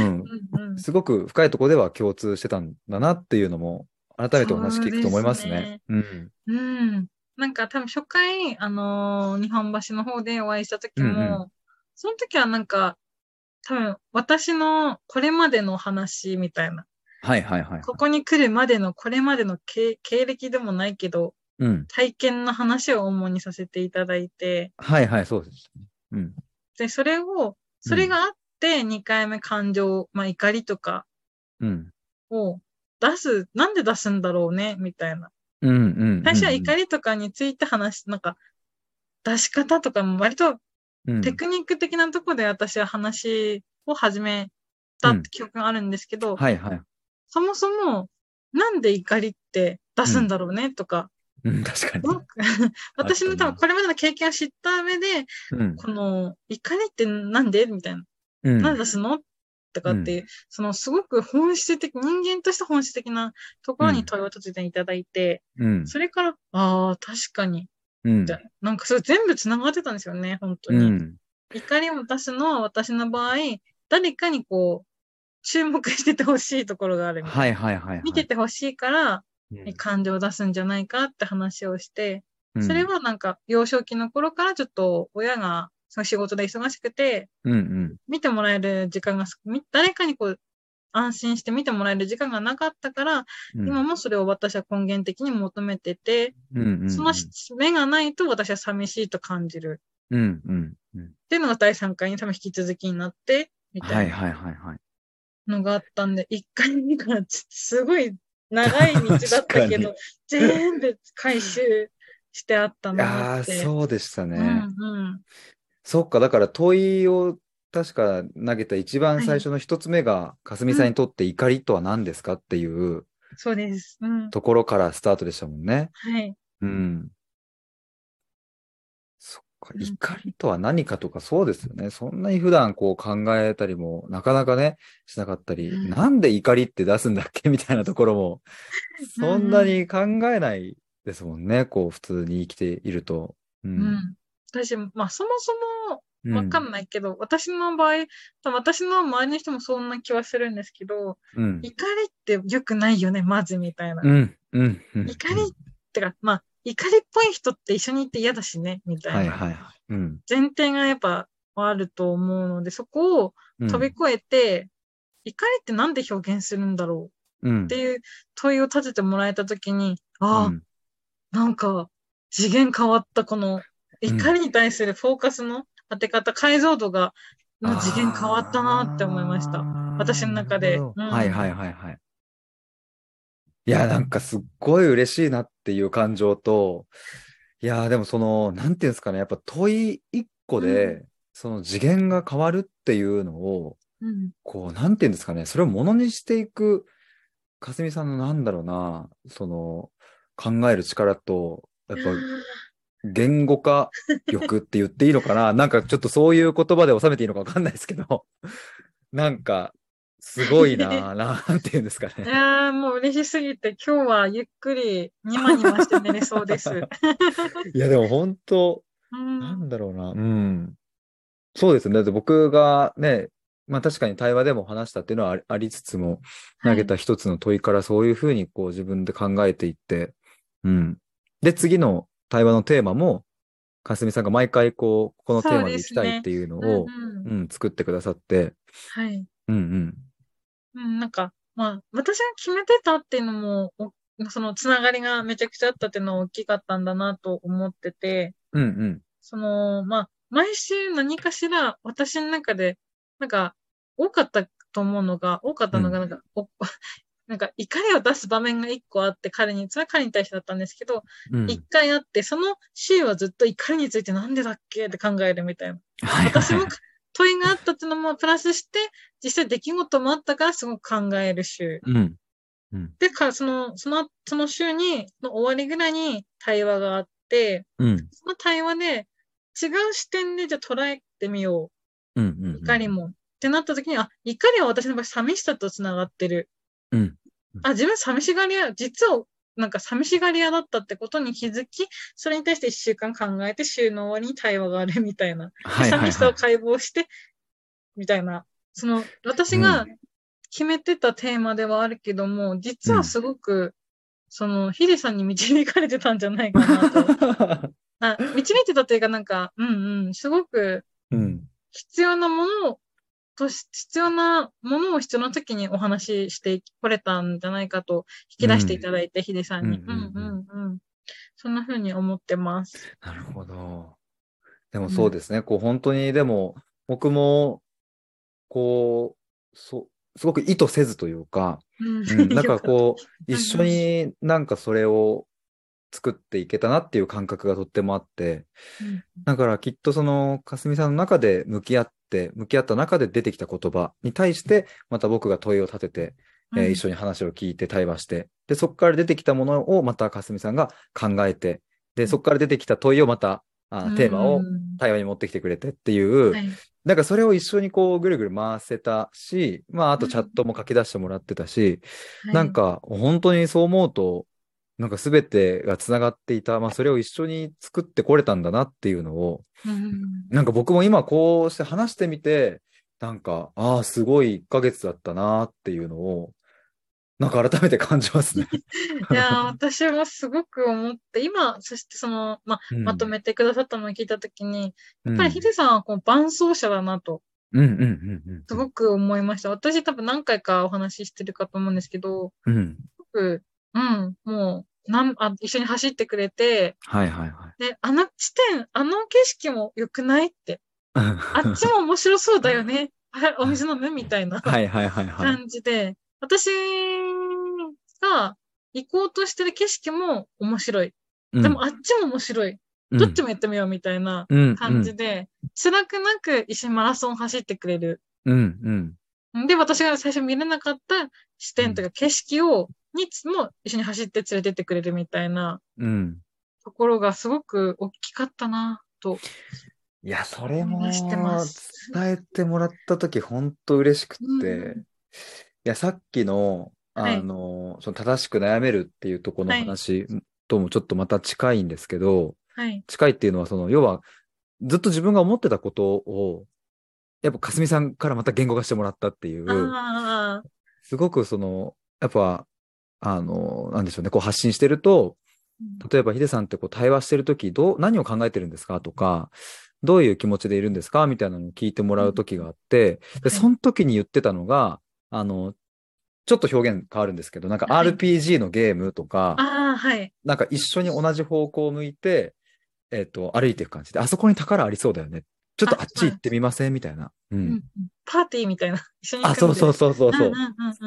S2: んうん
S1: すごく深いところでは共通してたんだなっていうのも、改めてお話聞くと思いますね。うん。
S2: うん。なんか多分初回、あのー日本橋の方でお会いした時も、
S1: うん
S2: その時はなんか、多分私のこれまでの話みたいな、
S1: はいはいはい。
S2: ここに来るまでのこれまでの経経歴でもないけど、
S1: うん。
S2: 体験の話を主にさせていただいて、
S1: はいはい、そうです。うん。
S2: で、それを、それがあって2回目感情、まあ怒りとか
S1: うん。
S2: を出す、なんで出すんだろうね、みたいな。
S1: うんうんうん。
S2: 最初は怒りとかについて話し、なんか、出し方とかも割と
S1: うん
S2: テクニック的なところで私は話を始めたって記憶があるんですけど、
S1: はいはい。
S2: そもそもなんで怒りって出すんだろうねとか、
S1: うん、確かに。
S2: 僕 私の多分これまでの経験を知った上で、
S1: うん。
S2: この怒りってなんでみたいな。
S1: うん。
S2: なんで出すのとかっていう、そのすごく本質的、人間として本質的なところに問いを立てていただいて、
S1: うん。
S2: それから、ああ、確かに、
S1: うん
S2: みたいな。なんかそれ全部繋がってたんですよね、本当に。
S1: うん。
S2: 怒りを出すのは私の場合、誰かにこう、注目しててほしいところがあるみたい
S1: はいはいはいはい。
S2: 見ててほしいから、
S1: うん
S2: 感情を出すんじゃないかって話をして、
S1: うん
S2: それはなんか幼少期の頃からちょっと親がその仕事で忙しくて、
S1: うんうん。
S2: 見てもらえる時間が少、み誰かにこう、安心して見てもらえる時間がなかったから、
S1: うん
S2: 今もそれを私は根源的に求めてて、
S1: うんうんうん
S2: その目がないと私は寂しいと感じる。
S1: うんうんうん。
S2: っていうのが第3回に多分引き続きになって、みたいな
S1: は。いはいはいはい。
S2: のがあったんで、一回目からちすごい長い道だったけ
S1: 確かに
S2: ど、全部回収してあった
S1: い
S2: な
S1: や
S2: っ
S1: ー
S2: て。
S1: そうでしたね。
S2: うんうん。
S1: そっか、だから問いを確か投げた一番最初の一つ目が、かすみさんにとって怒りとは何ですかっていう
S2: そうです。うん。
S1: ところからスタートでしたもんね。
S2: はい。
S1: うん。そっ
S2: うん
S1: 怒りとは何かとかそうですよね。そんなに普段こう考えたりもなかなかね、しなかったり、
S2: うん
S1: なんで怒りって出すんだっけ みたいなところ も、そんなに考えないですもんね。こう普通に生きていると。う
S2: うん。私、まあそもそも
S1: うん
S2: わかんないけど、私の場合、多分私の周りの人もそんな気はするんですけど、
S1: うん。
S2: 怒りって良くないよね、まずみたいな。
S1: うん。うん。うん
S2: 怒りってか、まあ、怒りっぽい人って一緒にいて嫌だしね、みた
S1: はいい
S2: な
S1: はいはい。うん。
S2: 前提がやっぱあると思うので、そこを
S1: うん
S2: 飛び越えて、怒りってなんで表現するんだろ
S1: うん
S2: うっていう問いを立ててもらえたときに、ああ、
S1: うん
S2: なんか次元変わったこの怒りに対するフォーカスの当て方、解像度が、の次元変わったなって思いまし
S1: あ
S2: た。
S1: ー
S2: 私の中で
S1: なるほど
S2: うん
S1: はいはいはいはい。いや、なんかすっごい嬉しいなっていう感情と、いや、でもその、なんていうんですかね、やっぱ問い一個で、
S2: う
S1: その次元が変わるっていうのを、
S2: うん。
S1: こう、なんていうんですかね、それをものにしていく、かすみさんのなんだろうな、その、考える力と、やっぱ言語化力って言っていいのかな なんかちょっとそういう言葉で収めていいのかわかんないですけど、 なんか、すごいなぁ、なんていうんですか
S2: い
S1: ね。
S2: やーもう嬉しすぎて、今日はゆっくりにまにまして寝れそ うです。
S1: いや、でも本当、
S2: うん
S1: なんだろうな、うん。そうですね。だって僕がね、まあ確かに対話でも話したっていうのはありありつつも、投げた一つの問いからそういうふうにこう自分で考えていって、うん。で、次の対話のテーマも、かすみさんが毎回こう、このテーマでいきたいっていうのを、
S2: はいうんうん
S1: うん、作ってくださって、
S2: はい。
S1: うんうん。
S2: うん、なんか、まあ、私が決めてたっていうのも、おそのつながりがめちゃくちゃあったっていうのは大きかったんだなと思ってて、
S1: うんうん。
S2: その、まあ、毎週何かしら私の中で、なんか、多かったと思うのが、多かったのが、
S1: う
S2: なんか、お なんか怒りを出す場面が一個あって、彼に、それは彼に対してだったんですけど、
S1: うん
S2: 一、回あって、その週はずっと怒りについてなんでだっけって考えるみたいな。
S1: はいはいはい
S2: 私も問いがあったっていうのもプラスして、実際出来事もあったからすごく考える週。
S1: うん。
S2: で、か、その、その、その週に、の終わりぐらいに対話があって、
S1: うん。
S2: その対話で、違う視点でじゃあ捉えてみよ
S1: うんうんうん。
S2: う。怒りも。ってなった時に、あ、怒りは私の場合寂しさと繋がってる。
S1: うん。
S2: あ、自分寂しがり屋、実は、なんか寂しがり屋だったってことに気づき、それに対して一週間考えて週の終わりに対話があるみたいな。
S1: はいはい
S2: 寂しさ
S1: は
S2: を解剖して、みたいな。その、私が決めてたテーマではあるけども、実はすごく、その、ヒデさんに導かれてたんじゃないかな と。
S1: い。
S2: あ導いてたというか、なんか、うんうん、すごく
S1: うん。
S2: 必要なものを、とし必要なものを必要な時にお話ししてこれたんじゃないかと引き出していただいて、ヒデさんに。
S1: う
S2: うんん
S1: うん
S2: うんうん。そんな風に思ってます。
S1: なるほど。でもそうですね。こう本当に、でも、僕も、こう、そう、すごく意図せずというか、
S2: うん
S1: うん、なんかこう、
S2: よか
S1: 一
S2: った
S1: 緒になんかそれを作っていけたなっていう感覚がとってもあって、
S2: うん
S1: だからきっとその、かすみさんの中で向き合って、向き合った中で出てきた言葉に対して、また僕が問いを立てて、えー一緒に話を聞いて対話して、で、そこから出てきたものをまたかすみさんが考えて、で、そこから出てきた問いをまた、あテーマを
S2: うん
S1: 対話に持ってきてくれてっていう、
S2: はい
S1: なんかそれを一緒にこうぐるぐる回せたし、まああとチャットも書き出してもらってたし、
S2: はい
S1: なんか本当にそう思うと、なんか全てがつながっていた、まあそれを一緒に作ってこれたんだなっていうのを、
S2: うん
S1: なんか僕も今こうして話してみて、なんか、ああ、すごい1ヶ月だったなっていうのを、なんか改めて感じ ますね。
S2: いやー、私もすごく思って、今、そしてその、まあ、まとめてくださったのを聞いたときに、
S1: うん、
S2: やっぱりヒデさんはこう伴走者だなと、
S1: うんうんうんうん。
S2: すごく思いました。私多分何回かお話ししてるかと思うんですけど、
S1: うん。
S2: すごく、うん、もう、なんあ一緒に走ってくれて、
S1: はいはいはい。
S2: で、あの地点、あの景色も良くないって、あっちも面白そうだ よね。あお水飲むみたいな。
S1: はいはいはいはい。
S2: 感じで、私が行こうとしてる景色も面白い。
S1: うん
S2: でもあっちも面白い。どっちもやってみようみたいな
S1: も
S2: 感じで、辛くなく一緒にマラソン走ってくれる。
S1: うんうん。
S2: で、私が最初見れなかった視点というか景色を、にも一緒に走って連れてってくれるみたいな
S1: うん。
S2: ところがすごく大きかったな。と。
S1: いや、それも
S2: 話してます
S1: 伝えてもらったとき、本当嬉しくって、
S2: うん
S1: いや、さっきの、
S2: はい
S1: あの、その正しく悩めるっていうところの
S2: はい
S1: 話ともちょっとまた近いんですけど、
S2: はい。
S1: 近いっていうのは、その、要は、ずっと自分が思ってたことを、やっぱ、かすみさんからまた言語化してもらったっていう、
S2: ああ、
S1: すごくその、やっぱ、あの、なんでしょうね、こう発信してると、例えばヒデさんってこう対話してるとき、どう、何を考えてるんですかとか、どういう気持ちでいるんですかみたいなのを聞いてもらうときがあって、で、
S2: はい
S1: その時に言ってたのが、あの、ちょっと表現変わるんですけど、なんか
S2: はい
S1: RPG のゲームとか、
S2: ああ、はい。
S1: なんか一緒に同じ方向を向いて、えっ、と、歩いていく感じで、あそこに宝ありそうだよね。ちょっとあっち行ってみませんみたいな。う
S2: うんん。パーティーみたいな。 一緒に行く
S1: あ、そうそう
S2: そ
S1: そうそうそう。
S2: んう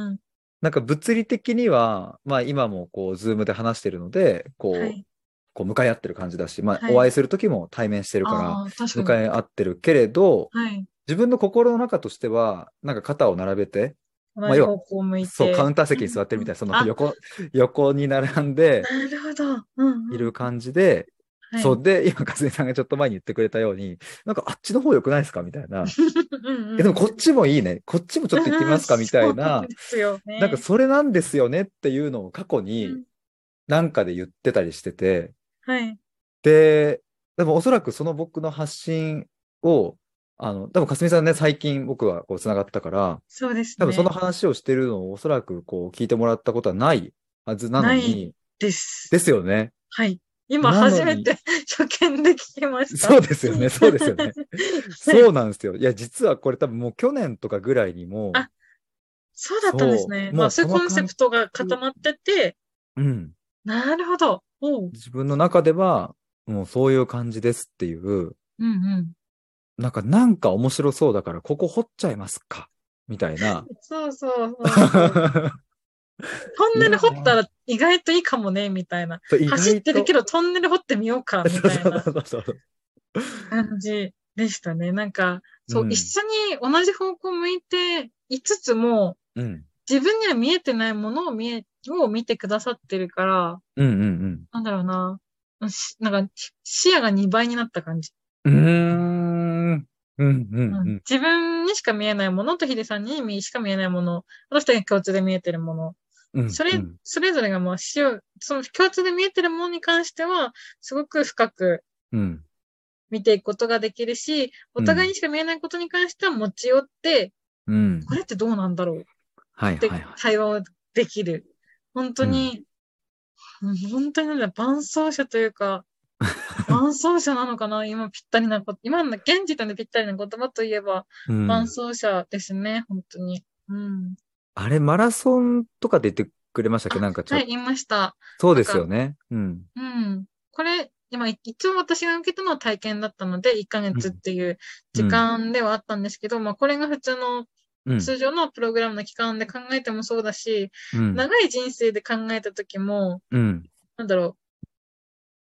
S2: んうん
S1: なんか物理的には、まあ今もこう、ズームで話してるので、こ
S2: うん。は
S1: う、
S2: い。
S1: こう向かい合ってる感じだし、まあ
S2: はい
S1: お会いする時も対面してるから、
S2: ああ、確
S1: 向
S2: か
S1: か
S2: に。
S1: い合ってるけれど、
S2: はい。
S1: 自分の心の中としては、なんか肩を並べて、
S2: 同じ方向を向いて。
S1: そう、カウンター席に座ってるみたいな、そ
S2: うん
S1: の
S2: あ
S1: 横、横に並んで
S2: なるほど。うん、うん。
S1: いる感じで、
S2: はい。
S1: そうで、今、かすみさんがちょっと前に言ってくれたように、なんかあっちの方良くないですかみたいな。
S2: うんうん。
S1: え、でもこっちもいいね。こっちもちょっと行ってみますかみたい
S2: うんそう
S1: な
S2: で。すよね。
S1: なんかそれなんですよねっていうのを過去に
S2: うん
S1: なんかで言ってたりしてて、
S2: はい。
S1: で、でもおそらくその僕の発信を、あの、多分かすみさんね、最近僕はこう繋がったから、
S2: そうですね。
S1: 多分その話をしてるのをおそらくこう聞いてもらったことはないはずなの
S2: な
S1: に、
S2: です。
S1: ですよね。
S2: はい。今
S1: なのに
S2: 初めて 初見で聞きました。
S1: そうですよね、そうですよね。
S2: はい
S1: そうなんですよ。いや、実はこれ多分もう去年とかぐらいにも、
S2: あそうだったんですね
S1: そ。う
S2: ま
S1: も
S2: あ、
S1: うそ
S2: そうい
S1: の
S2: うコンセプトが固まってて、
S1: うん、
S2: なるほど。おう。
S1: 自分の中ではもうそういう感じですっていう、
S2: うんうん。
S1: なんか、なんか面白そうだから、ここ掘っちゃいますかみたいな。
S2: そうそう そう。トンネル掘ったら意外といいかもね、みたいな。走ってるけ
S1: ど、
S2: どトンネル掘ってみようか、み
S1: そう
S2: たい
S1: そう
S2: な
S1: そうそう。
S2: 感じでしたね。なんか、そう、
S1: うん
S2: 一緒に同じ方向向いていつつも、
S1: うん。
S2: 自分には見えてないものを見え、を見てくださってるから、
S1: うんうん
S2: なんだろうな。うんしなんか、視野が2倍になった感じ。
S1: うん。うーん。うんう
S2: うん
S1: うん
S2: ん。自分にしか見えないものとヒデさんにしか見えないもの、私たちに共通で見えてるもの。
S1: うん。
S2: それ
S1: うん、
S2: それぞれがまあ、視野その共通で見えてるものに関しては、すごく深く
S1: うん。
S2: 見ていくことができるし、お互いにしか見えないことに関しては持ち寄って、
S1: うん。
S2: これってどうなんだろう
S1: はいは
S2: っ
S1: い
S2: て
S1: はい。
S2: 会話をできる。本当に、うん本当になんだ、伴走者という か、伴走者なのかな今ぴったりなこと、今の現時点でぴったりな言葉といえば、
S1: うん
S2: 伴走者ですね、本当に。うん。
S1: あれ、マラソンとかで言ってくれましたっけ
S2: あ
S1: なんかちょ
S2: は
S1: っ
S2: い、
S1: と、
S2: 言いました。
S1: そうですよね。うん。
S2: うん。これ、今、一応私が受けたのは体験だったので、1ヶ月っていう時間ではあったんですけど、まあ、これが普通の、
S1: うん。
S2: 通常のプログラムの期間で考えてもそうだし、
S1: うん。
S2: 長い人生で考えた時も、
S1: うん。
S2: なんだろう。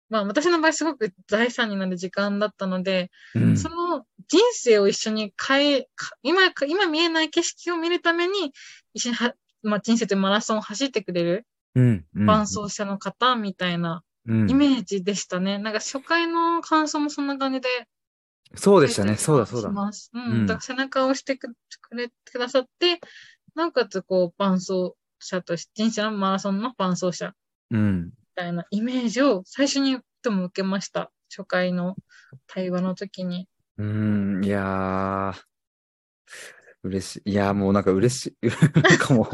S2: まあ私の場合すごく財産になる時間だったので、
S1: うん
S2: その人生を一緒に変え、か今か、今見えない景色を見るために、一緒には、まあ人生というマラソンを走ってくれる
S1: うん。うん
S2: 伴走者の方みたいな
S1: うん
S2: イメージでしたね。なんか初回の感想もそんな感じで。
S1: そうでしたね。そうだそうだ
S2: し。ます。う
S1: うん
S2: ん。だから背中を押してくくれ、くださって、なおかつこう伴走者として、人生のマラソンの伴走者
S1: うん。
S2: みたいなイメージを最初にとも受けました。初回の対話の時に。
S1: うーん、いやー、嬉しい。いやー、もうなんか嬉しい。 なんかも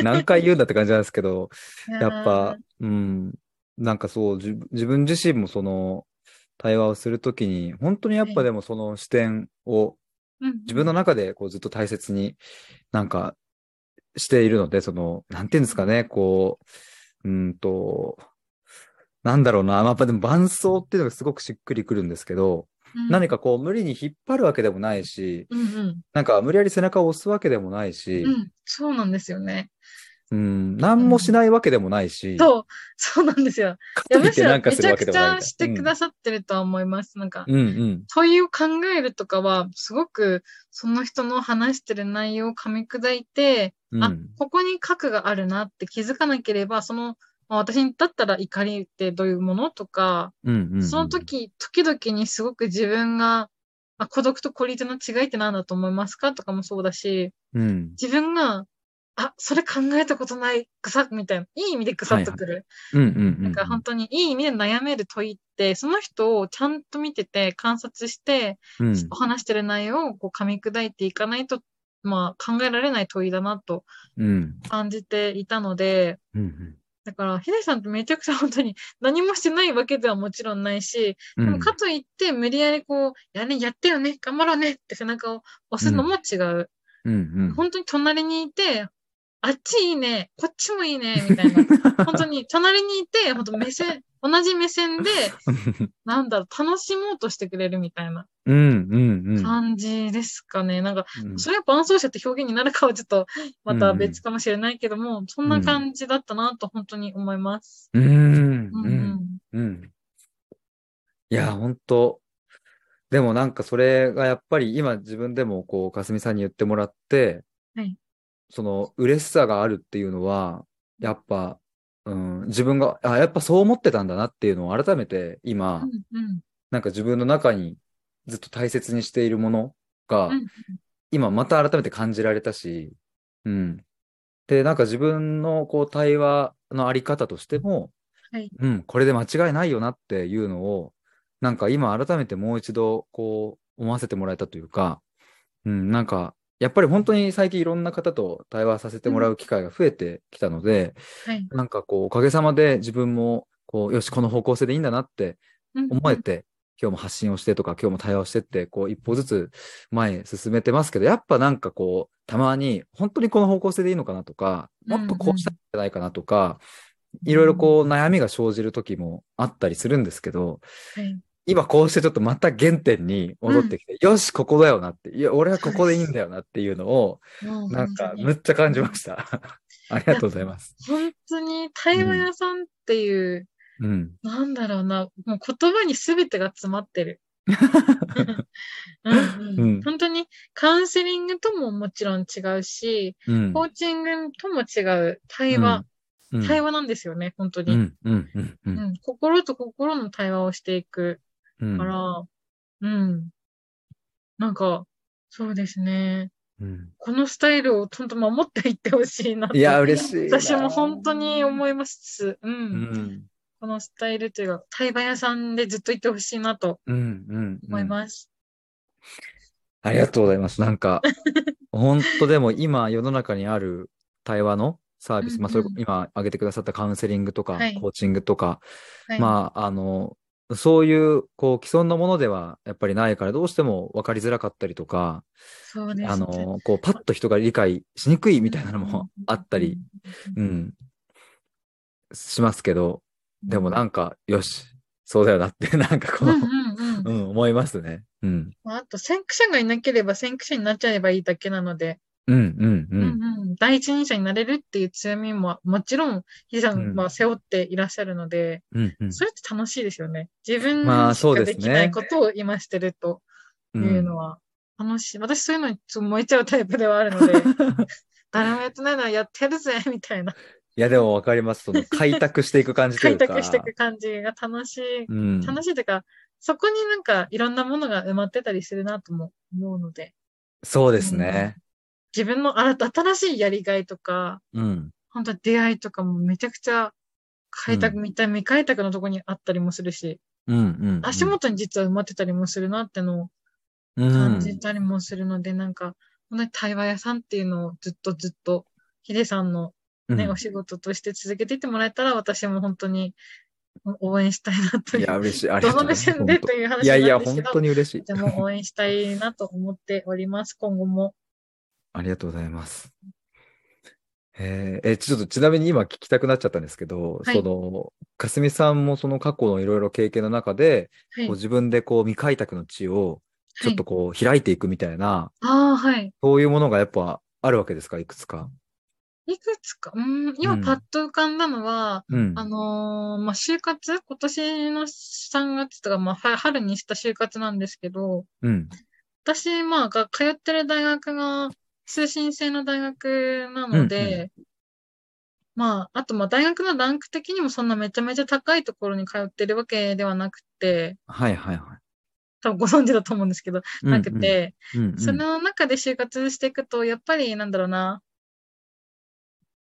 S1: う、何回言うんだって感じなんですけど、やっぱ、うん、なんかそう、自分自分自身もその、対話をするときに、本当にやっ
S2: は
S1: ぱ
S2: い
S1: でもその視点を
S2: うん、うん
S1: 自分の中でこうずっと大切になんかしているので、その、なんていうんですかね、こう、うーんと、なんだろうな、まあやっぱでも伴奏っていうのがすごくしっくりくるんですけど、
S2: うん
S1: 何、かこう無理に引っ張るわけでもないし、
S2: うんうん
S1: なんか無理やり背中を押すわけでもないし
S2: う、ん、そうなんですよね。
S1: うん、何もしないわけでもないし、か
S2: そう、 そうなんですよ。
S1: と
S2: いや、
S1: い
S2: む
S1: っ
S2: して
S1: な
S2: ろ
S1: ん
S2: め
S1: かす
S2: ち
S1: る
S2: ゃ
S1: わけ
S2: く
S1: で
S2: ち
S1: もない
S2: ゃ
S1: み
S2: したて
S1: い
S2: く
S1: な。
S2: ださってるとは思います。なんか、
S1: うん、うん、
S2: 問いを考えるとかは、すごくその人の話してる内容を噛み砕いて、
S1: うん、う
S2: あ
S1: ん、
S2: ここに核があるなって気づかなければ、そのまあ私にだったら怒りってどういうものとか、
S1: うんうんうん
S2: その、時、時々にすごく自分が、あ孤独と孤立の違いって何だと思いますかとかもそうだし、
S1: うん。
S2: 自分が、あ、それ考えたことない、ぐさっみたいな、いい意味でぐさっとくる。
S1: うんうんうんうん。
S2: なんか本当にいい意味で悩める問いって、その人をちゃんと見てて、観察して、
S1: うん
S2: お話してる内容をこう噛み砕いていかないと、まあ考えられない問いだなと
S1: うん。
S2: 感じていたので、
S1: うんうん。
S2: だから、ヒデさんってめちゃくちゃ本当に何もしてないわけではもちろんないし、
S1: う
S2: で
S1: ん
S2: もかといって無理やりこう、やれ、やってよね、頑張ろうねって背中を押すのも違う。
S1: うんうん。
S2: 本当に隣にいて、あっちいいね、こっちもいいね、み たいな。本当に隣にいて、本当目線、同じ目線で、なんだろう、楽しもうとしてくれるみたいな
S1: うんうんうん。
S2: 感じですかね。なんか、
S1: うん
S2: それは伴奏者って表現になるかはちょっと、ま
S1: うん
S2: た
S1: うん
S2: 別かもしれないけども、そんな感じだったなと本当に思います。
S1: うーん。
S2: うん
S1: う。
S2: うんん。
S1: うん。いや、本当でもなんかそれがやっぱり今自分でもこう、かすみさんに言ってもらって、
S2: はい
S1: その嬉しさがあるっていうのは、やっぱ、うん、自分が、あ、やっぱそう思ってたんだなっていうのを改めて今、
S2: うんうん
S1: なんか自分の中にずっと大切にしているものが、
S2: うんうん
S1: 今また改めて感じられたし、うん。で、なんか自分のこう対話のあり方としても、
S2: はい
S1: うん、これで間違いないよなっていうのを、なんか今改めてもう一度こう思わせてもらえたというか、うん、なんか、やっぱり本当に最近いろんな方と対話させてもらう機会が増えてきたので、
S2: はい。
S1: なんかこう、おかげさまで自分も、こう、よし、この方向性でいいんだなって
S2: うんうん
S1: 思えて、今日も発信をしてとか、今日も対話をしてって、こう、一歩ずつ前へ進めてますけど、やっぱなんかこう、たまに、本当にこの方向性でいいのかなとか、もっとこうしたらいいんじゃないかなとか、いろいろこう、悩みが生じる時もあったりするんですけど、
S2: はい
S1: 今こうしてちょっとまた原点に戻ってきて、よし、ここだよなって、いや、俺はここでいいんだよなっていうのを、
S2: もう
S1: なんか
S2: 本、当に
S1: むっちゃ感じました。 ありがとうございます。
S2: 本当に対話屋さんっていう、
S1: うん。
S2: なんだろうな、もう言葉に全てが詰まっ てる。うんう
S1: うん
S2: ん、本当にカウンセリングとももちろん違うし、
S1: うん。
S2: コーチングとも違う対話、
S1: うん
S2: 対話なんですよね、本当
S1: う
S2: に、
S1: ん、うん、うん、う
S2: うん
S1: ん。
S2: 心と心の対話をしていく
S1: うん
S2: から、うん。なんか、そうですね。
S1: うん
S2: このスタイルをちゃんと守っていってほしいなと。
S1: いや、嬉しいな。
S2: 私も本当に思います。うん。
S1: うん。
S2: このスタイルというか、対話屋さんでずっといてほしいなと
S1: うん、うん。
S2: 思います。
S1: ありがとうございます。なん か、本当でも今世の中にある対話のサービス、
S2: うん
S1: まあそれこ
S2: うん
S1: 今挙げてくださったカウンセリングとか、
S2: はい
S1: コーチングとか、
S2: はい。
S1: まああの、そういう、こう、既存のものではやっぱりないから、どうしても分かりづらかったりとか、
S2: そうですね。
S1: あの、こう、パッと人が理解しにくいみたいなのもあったり、
S2: うん、
S1: うん、しますけど、でもなんんか、よし、そうだよなって、なんかこ
S2: うん
S1: の、
S2: うんうん。
S1: うん、思いますね。うん。
S2: まああと、先駆者がいなければ先駆者になっちゃえばいいだけなので、
S1: うん、うん、う
S2: うん
S1: ん。
S2: うん、第一人者になれるっていう強みも、もちろん、ヒデさ
S1: うん
S2: んは背負っていらっしゃるので、
S1: うん、うん。
S2: それって楽しいですよね。自分
S1: まあ
S2: にし
S1: そう
S2: か
S1: ですね
S2: できないことを今してるというのは楽しい。私そういうのにちょっと燃えちゃうタイプではある ので、誰もやってないのはやってやるぜみたいな。
S1: いや、でも分かります。その開拓していく感じとい
S2: 開
S1: うか。
S2: 拓していく感じが楽しい。
S1: うん。
S2: 楽しいというか、そこになんかいろんなものが埋まってたりするなとも思うので、
S1: そうですね。
S2: 自分の新た新しいやりがいとか、
S1: うん。
S2: 本当出会いとかもめちゃくちゃ開拓、見た未開拓のとこにあったりもするし、
S1: うん、うん。
S2: 足元に実は埋まってたりもするなってのを
S1: うん
S2: 感じたりもするので、なんか、本当に対話屋さんっていうのをずっとずっと、ヒデさんのね、
S1: うん
S2: お仕事として続けていってもらえたら、私も本当に応援したいなと
S1: い
S2: いう。
S1: や、嬉しい。ありが
S2: ど
S1: とうご
S2: の目
S1: ざいます
S2: 線で。とい
S1: 本
S2: う
S1: 当
S2: 話
S1: いやい
S2: な
S1: や、
S2: んです
S1: 本
S2: けど、
S1: 当に嬉しい
S2: と。ても応援したいなと思っております、今後も。
S1: ありがとうございます。えーえちょっとちなみに今聞きたくなっちゃったんですけど、
S2: はい
S1: その、かすみさんもその過去のいろいろ経験の中で、
S2: はい。
S1: こう
S2: はい、
S1: 自分でこう未開拓の地をちょっとこう開いていくみたいな、
S2: ああ、はい。
S1: そういうものがやっぱあるわけですか、いくつか。
S2: いくつか、うん、今パッと浮かんだのは、
S1: うん。
S2: あのーまあ、就活今年の3月とか、まあ、は春にした就活なんですけど、
S1: うん。
S2: 私、まあ、が通ってる大学が通信制の大学なので、まあ、あと、まあ、大学のランク的にもそんなめちゃめちゃ高いところに通ってるわけではなくて、
S1: はいはいは
S2: 多分ご存知だと思うんですけど、
S1: い。
S2: なく
S1: うんうん
S2: て、
S1: うんうん
S2: その中で就活していくと、やっぱり、なんだろうな、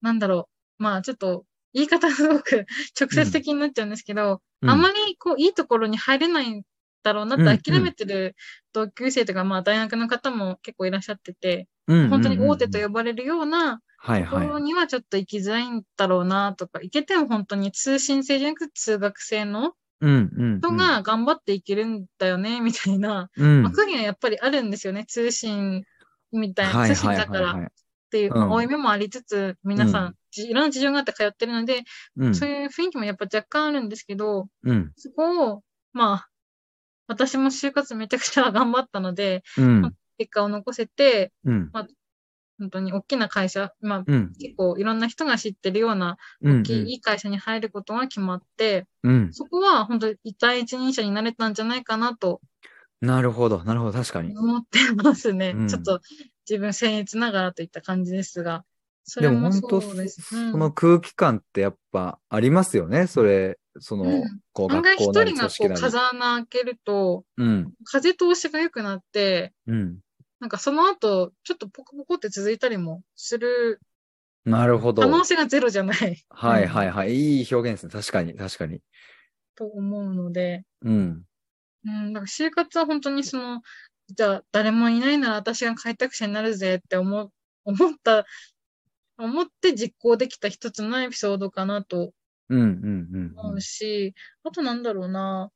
S2: なんだろう、まあちょっと、言い方すごく 直接的になっちゃうんですけど、あんまりこう、いいところに入れないんだろうな
S1: うんう
S2: っ
S1: ん
S2: て諦めてる同級生とか、まあ大学の方も結構いらっしゃってて、
S1: うんうんうん
S2: 本当に大手と呼ばれるような
S1: はい
S2: とこ
S1: は
S2: ろ
S1: い。
S2: にはちょっと行きづらいんだろうなとか、行けても本当に通信制じゃなく通学生の
S1: うんうんうん。
S2: 人が頑張っていけるんだよね、みたいな、
S1: うん、
S2: まあ、期限はやっぱりあるんですよね。通信みたいな、
S1: はい
S2: 通
S1: はい
S2: 信
S1: は
S2: だ
S1: い
S2: からっ
S1: はい
S2: ていう、
S1: うん
S2: まあ、負い目もありつつ、皆さ、
S1: うん
S2: じいろんな事情があって通ってるので、
S1: うん
S2: そういう雰囲気もやっぱ若干あるんですけど、
S1: うん
S2: そこを、まあ、私も就活めちゃくちゃ頑張ったので、
S1: うん
S2: 結果を残せて、
S1: うん
S2: 本当に大きな会社、まあ、
S1: うん
S2: 結構いろんな人が知ってるような、
S1: うん
S2: 大きいいい会社に入ることが決まって、
S1: うん
S2: そこは本当に第一人者になれたんじゃないかなと
S1: なるほど、なるほど、確かに。
S2: 思ってますね。
S1: うん
S2: ちょっと自分僭越ながらといった感じですが、そ
S1: で
S2: れ
S1: も
S2: も
S1: 本
S2: そ
S1: 当、
S2: うです。うん
S1: その空気感ってやっぱありますよね、それ、その、
S2: うん
S1: こう、
S2: 案外
S1: 学
S2: 一
S1: 校なり
S2: 人が
S1: 組
S2: こ
S1: 織
S2: う
S1: なり。
S2: 風穴開けると、
S1: うん、
S2: 風通しが良くなって、
S1: うん。
S2: なんかその後、ちょっとポコポコって続いたりもする
S1: なるほど。
S2: 可能性がゼロじゃない
S1: はいはいはい。いい表現ですね。確かに、確かに。
S2: と思うので、
S1: うん。
S2: うん、なんか就活は本当にその、じゃあ誰もいないなら私が開拓者になるぜって思う思った、思って実行できた一つのエピソードかなと
S1: うん、うん、
S2: 思
S1: うん
S2: う。し、あとなんだろうな。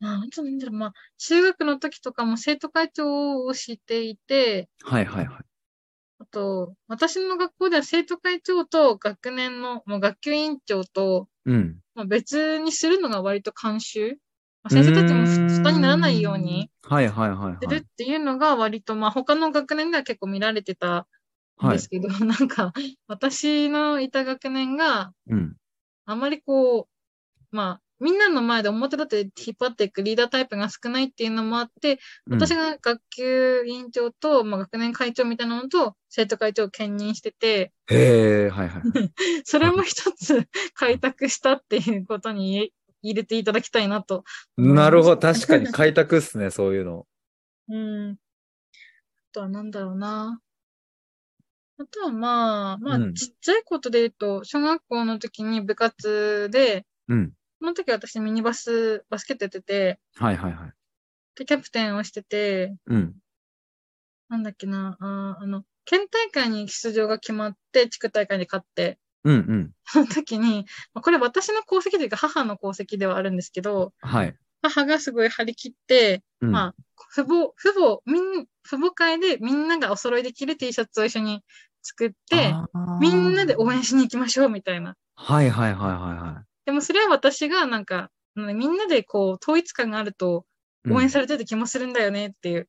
S2: まあ、あとなんだろう、まあ、中学の時とかも生徒会長をしていて、
S1: はいはいはい。
S2: あと、私の学校では生徒会長と学年の、もう学級委員長と、
S1: うん。
S2: まあ、別にするのが割と慣習。まあ、先生たちも
S1: うーん
S2: 負担にならないように。
S1: はいはいはい
S2: す
S1: は
S2: る
S1: い
S2: っ。ていうのが割と、まあ他の学年では結構見られてたん
S1: は
S2: で
S1: い
S2: す。けど、 なんか私のいた学年が
S1: うん。
S2: あまりこう、まあ、みんなの前で表立って引っ張っていくリーダータイプが少ないっていうのもあって、
S1: うん
S2: 私が学級委員長と、まあ、学年会長みたいなのと生徒会長を兼任してて、
S1: へえ、はいはい。
S2: それも一つ開拓したっていうことに入れていただきたいなと。
S1: なるほど。確かに開拓っすね、 そういうの。
S2: うん。あとはなんだろうな。あとはまあ、まあ
S1: う、ん
S2: ちっちゃいことで言うと、小学校の時に部活で、
S1: うん。
S2: その時私ミニバス、バスケットやってて、
S1: はいはいはい。
S2: で、キャプテンをしてて、
S1: うん。
S2: なんだっけな、あーあの、県大会に出場が決まって、地区大会に勝って、
S1: うんうん。
S2: その時に、まあこれ私の功績というか母の功績ではあるんですけど、
S1: はい。
S2: 母がすごい張り切って、
S1: うん
S2: まあ、父母、父母、みん、父母会でみんながお揃いで着る T シャツを一緒に作って、
S1: あー
S2: みんなで応援しに行きましょうみたいな。
S1: はいはいはいは
S2: でもそれは私がなんか、うんみんなでこう、統一感があると、
S1: いはい。
S2: 応援
S1: る。
S2: されてる気もするんだよねっていう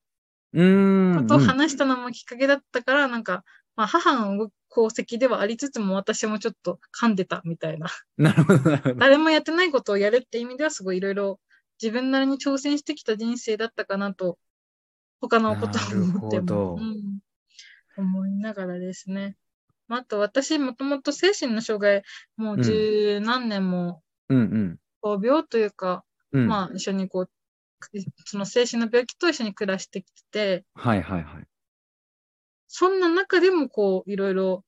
S1: うーん。
S2: ことを
S1: うん
S2: 話したのもきっかけだったから、なんか、まあ、母の功績ではありつつも私もちょっと噛んでたみたいな。
S1: なるほど、なるほど。
S2: 誰もやってないことをやるって意味ではすごいいろいろ自分なりに挑戦してきた人生だったかなと、他のことを思って
S1: なるほど
S2: も、うん、思いながらですね。まあ、あと私もともと精神の障害、もう十何年も、
S1: うんうん。
S2: こう病というか、
S1: うん。
S2: まあ一緒にこう、その精神の病気と一緒に暮らしてきて、
S1: はいはいはい。
S2: そんな中でもこういろいろ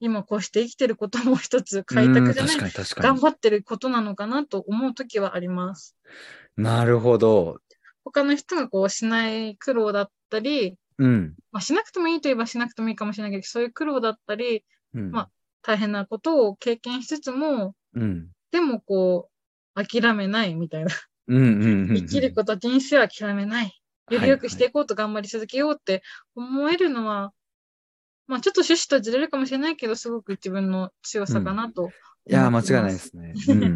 S2: 今こうして生きてることも一つ開拓じゃ
S1: うん
S2: ない
S1: 確、かに確か
S2: 頑
S1: に。
S2: 張ってることなのかなと思う時はあります。
S1: なるほど。
S2: 他の人がこうしない苦労だったり、
S1: うん。
S2: まあ、しなくてもいいといえばしなくてもいいかもしれないけど、そういう苦労だったり、
S1: うん。
S2: まあ大変なことを経験しつつも、
S1: うん。
S2: でもこう、諦めないみたいな。
S1: うんうんうんうん。
S2: 生きること、人生は諦めない。より良くしていこうと頑張り続けようって思えるのは、まあちょっと趣旨とはずれるかもしれないけど、すごく自分の強さかなと。
S1: いやー、間違いないですね。うん。
S2: う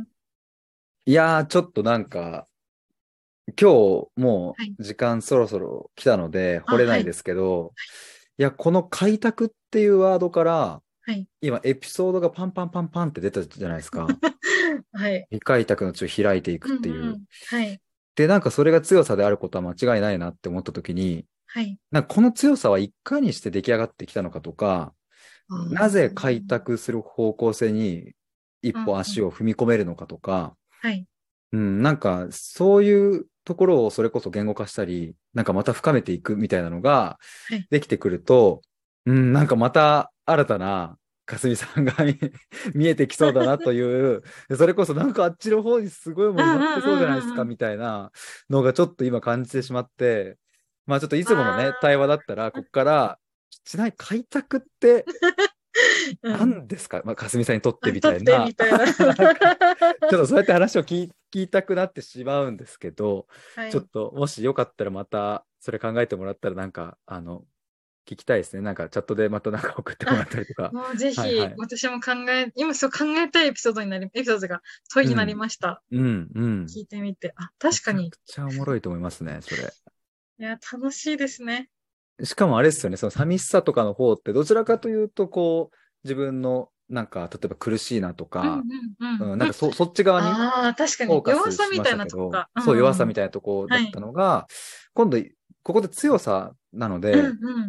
S2: ん。
S1: いやー、ちょっとなんか、今日も
S2: はいう
S1: 時間そろそろ来たので、
S2: あ
S1: 掘れないですけど、いや、この開拓っていうワードから
S2: はい、
S1: 今エピソードがパンパンパンパンって出たじゃないです か。
S2: はい。
S1: 未開拓の地を開いていくっていう。
S2: んんはい。
S1: で、なんかそれが強さであることは間違いないなって思った時に、
S2: はい。
S1: なんかこの強さはいかにして出来上がってきたのかとか、
S2: うん
S1: なぜ開拓する方向性に一歩足を踏み込めるのかとか、
S2: はい。
S1: うん、なんかそういうところをそれこそ言語化したり、なんかまた深めていくみたいなのが
S2: はい
S1: できてくると、うん、なんかまた新たな、かすみさんが 見見えてきそうだなという、それこそなんかあっちの方にすごいものになってそうじゃないです
S2: うんうんうんう
S1: か
S2: ん
S1: みたいなのがちょっと今感じてしまって、まあちょっといつものね
S2: あー、
S1: 対話だったら、こっから、ちなみに開拓って
S2: う
S1: 何ですか、まあ かすみさんにとってみ
S2: 撮
S1: た
S2: っ
S1: い
S2: て
S1: な
S2: み。たい な。
S1: ちょっとそうやって話を聞き聞いたくなってしまうんですけど、
S2: はい
S1: ちょっともしよかったらまたそれ考えてもらったらなんか、あの、聞きたいですね。なんかチャットでまたなんか送ってもらったりとか。
S2: もうぜひ
S1: はいはい、
S2: 私も考え、今そう考えたいエピソードになり、エピソードが問いになりました。
S1: うん、うん。
S2: 聞いてみて。あ、確かに
S1: めち。ゃくちゃおもろいと思いますね、それ。
S2: いや、楽しいですね。
S1: しかもあれですよね、その寂しさとかの方ってどちらかというと、こう、自分のなんか、例えば苦しいなと
S2: うん
S1: か、
S2: うんうん。
S1: うん、なんかそそっち側に
S2: ああ、確か
S1: フォ
S2: に
S1: ー。カ
S2: 弱
S1: スしま
S2: さみ
S1: した
S2: い
S1: た
S2: な
S1: け
S2: とこ
S1: ど
S2: か。、
S1: そう、弱さみ
S2: い
S1: たいなとこだったのが、今度、ここで強さなので、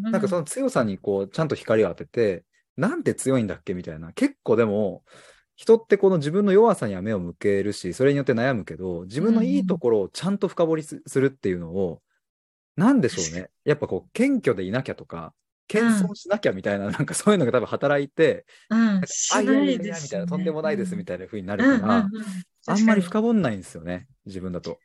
S1: なんかそ
S2: の、
S1: の強さにこう、ちゃんと光を当てて、なんて強いんだっけみたいな。結構でも、人ってこの自分の弱さには目を向けるし、それによって悩むけど、自分のいいところをちゃんと深掘りすするっていうのを、なんでしょうね。やっぱこう、謙虚でいなきゃとか、謙遜しなきゃみたいな、なんかそういうのが多分働いて、
S2: うん、
S1: あ、
S2: し
S1: いや
S2: ない
S1: や
S2: い
S1: い
S2: で
S1: や、
S2: す、ね。
S1: みたいな、とんでもないですみ
S2: た
S1: たいな風にな
S2: う
S1: る
S2: んう
S1: か
S2: ん
S1: ら、
S2: う
S1: あ
S2: ん
S1: んまり
S2: 確か
S1: 深掘んないんですよね、自分だと。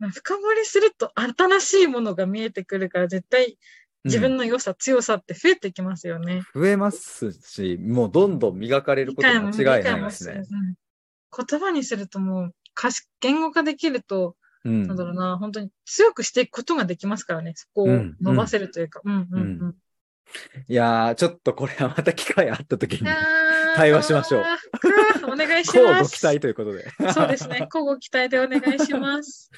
S2: に深掘りすると新しいものが見えてくるから、絶対自
S1: う
S2: 分
S1: ん
S2: の良さ、強さって増えてきますよね。
S1: 増えますし、もうどんどん磨かれること間違いないです
S2: 理解も
S1: ね
S2: 理。解もうん言葉にするともう、可視言語化できると、
S1: うん
S2: なんだろうな、本当に強くしていくことができますからね。そこを
S1: うん
S2: 伸ばせるというか。うんうんうん。
S1: いやー、ちょっとこれはまた機会あった時に、対
S2: 対
S1: 話しま しょう
S2: お 願いし
S1: こう
S2: ま
S1: ご
S2: す。
S1: 期待ということで。
S2: そうですね。交互期待でお願いし ます。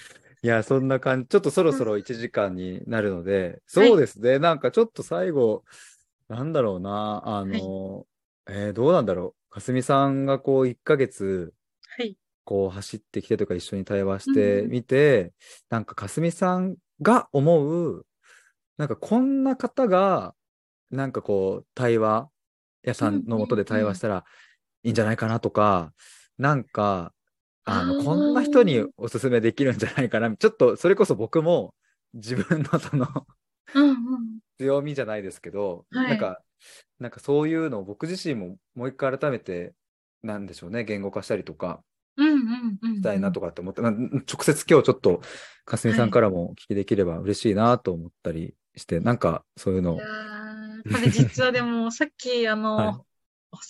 S1: いやー、そんな感じ。ちょっとそろそろ1時間になるので、そうですね。なんかちょっと最後、なんだろうな、あのー、えーどうなんだろう。かすみさんがこう1ヶ月、
S2: はい。
S1: こう走ってきてとか一緒に対話し
S2: う
S1: て
S2: んうん
S1: みて、なんかかすみさんが思う、なんかこんな方が、なんかこう対話屋さんのもとで対話したらいいんじゃないかなとか、なんか、あ
S2: あ
S1: の、
S2: ー
S1: こんな人におすすめできるんじゃないかな。ちょっとそれこそ僕も自分のその
S2: うんうん。
S1: 強みじゃないですけど、
S2: はい
S1: なんか、なんかそういうのを僕自身ももう一回改めて、なんでしょうね、言語化したりとか、
S2: うんうんうん。
S1: したいなとかって思って、まあ直接今日ちょっと、かすみさんからもお聞きできれば嬉しいなと思ったりして、なんかそういうの
S2: いやーこれ実はでも、さっき、あ
S1: はい
S2: の、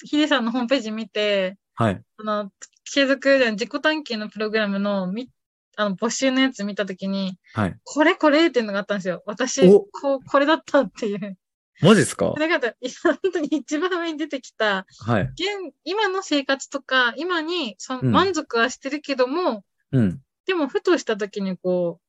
S2: ヒデさんのホームページ見て、
S1: はい。
S2: あの、継続じゃん自己探求のプログラムの、み、あの、募集のやつ見たときに、
S1: はい。
S2: これこれっていうのがあったんですよ。私、
S1: お
S2: こう、これだったっていう。
S1: マジっすか
S2: それが、いや本当に一番上に出てきた、
S1: はい。
S2: 現、今の生活とか、今にその
S1: うん
S2: 満足はしてるけども、
S1: うん。
S2: でもふとした時にこう、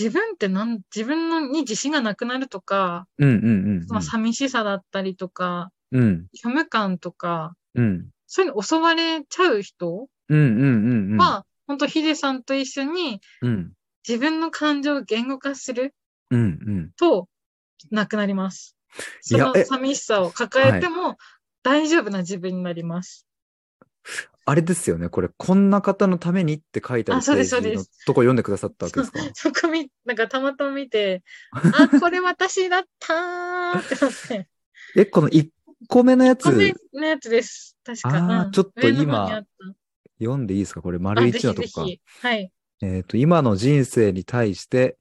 S2: 自分ってなん、自分のに自信がなくなるとか、
S1: うんうんうん
S2: まあ寂しさだったりとか、
S1: うん。うん。
S2: 虚無感とか、
S1: うん。
S2: そういうの襲われちゃう人
S1: うんうんうんうん。
S2: は、ほんとヒデさんと一緒に
S1: うん。
S2: 自分の感情を言語化する
S1: うんうん。
S2: と、なくなります。
S1: い
S2: そ
S1: や
S2: の
S1: え
S2: 寂しさを抱えても大丈夫な自分になります。
S1: あれですよね。これ、こんな方のためにって書いてある
S2: あそうです
S1: ページ
S2: そうで
S1: の
S2: す
S1: とこ読んでくださったわけですか
S2: そこ見、なんかたまたま 見て、あ、これ私だったーってなって。
S1: え、この1個目のやつ
S2: これのやつです。確か。
S1: あー
S2: うん
S1: ちょっと
S2: 上の方に
S1: 今
S2: あっ
S1: 読んでいいですかこれ、
S2: た
S1: 丸
S2: あ、
S1: 1の
S2: ぜ
S1: と
S2: ひ
S1: こ
S2: ぜ
S1: か。
S2: ひ。はい。
S1: えっ、と、今の人生に対して、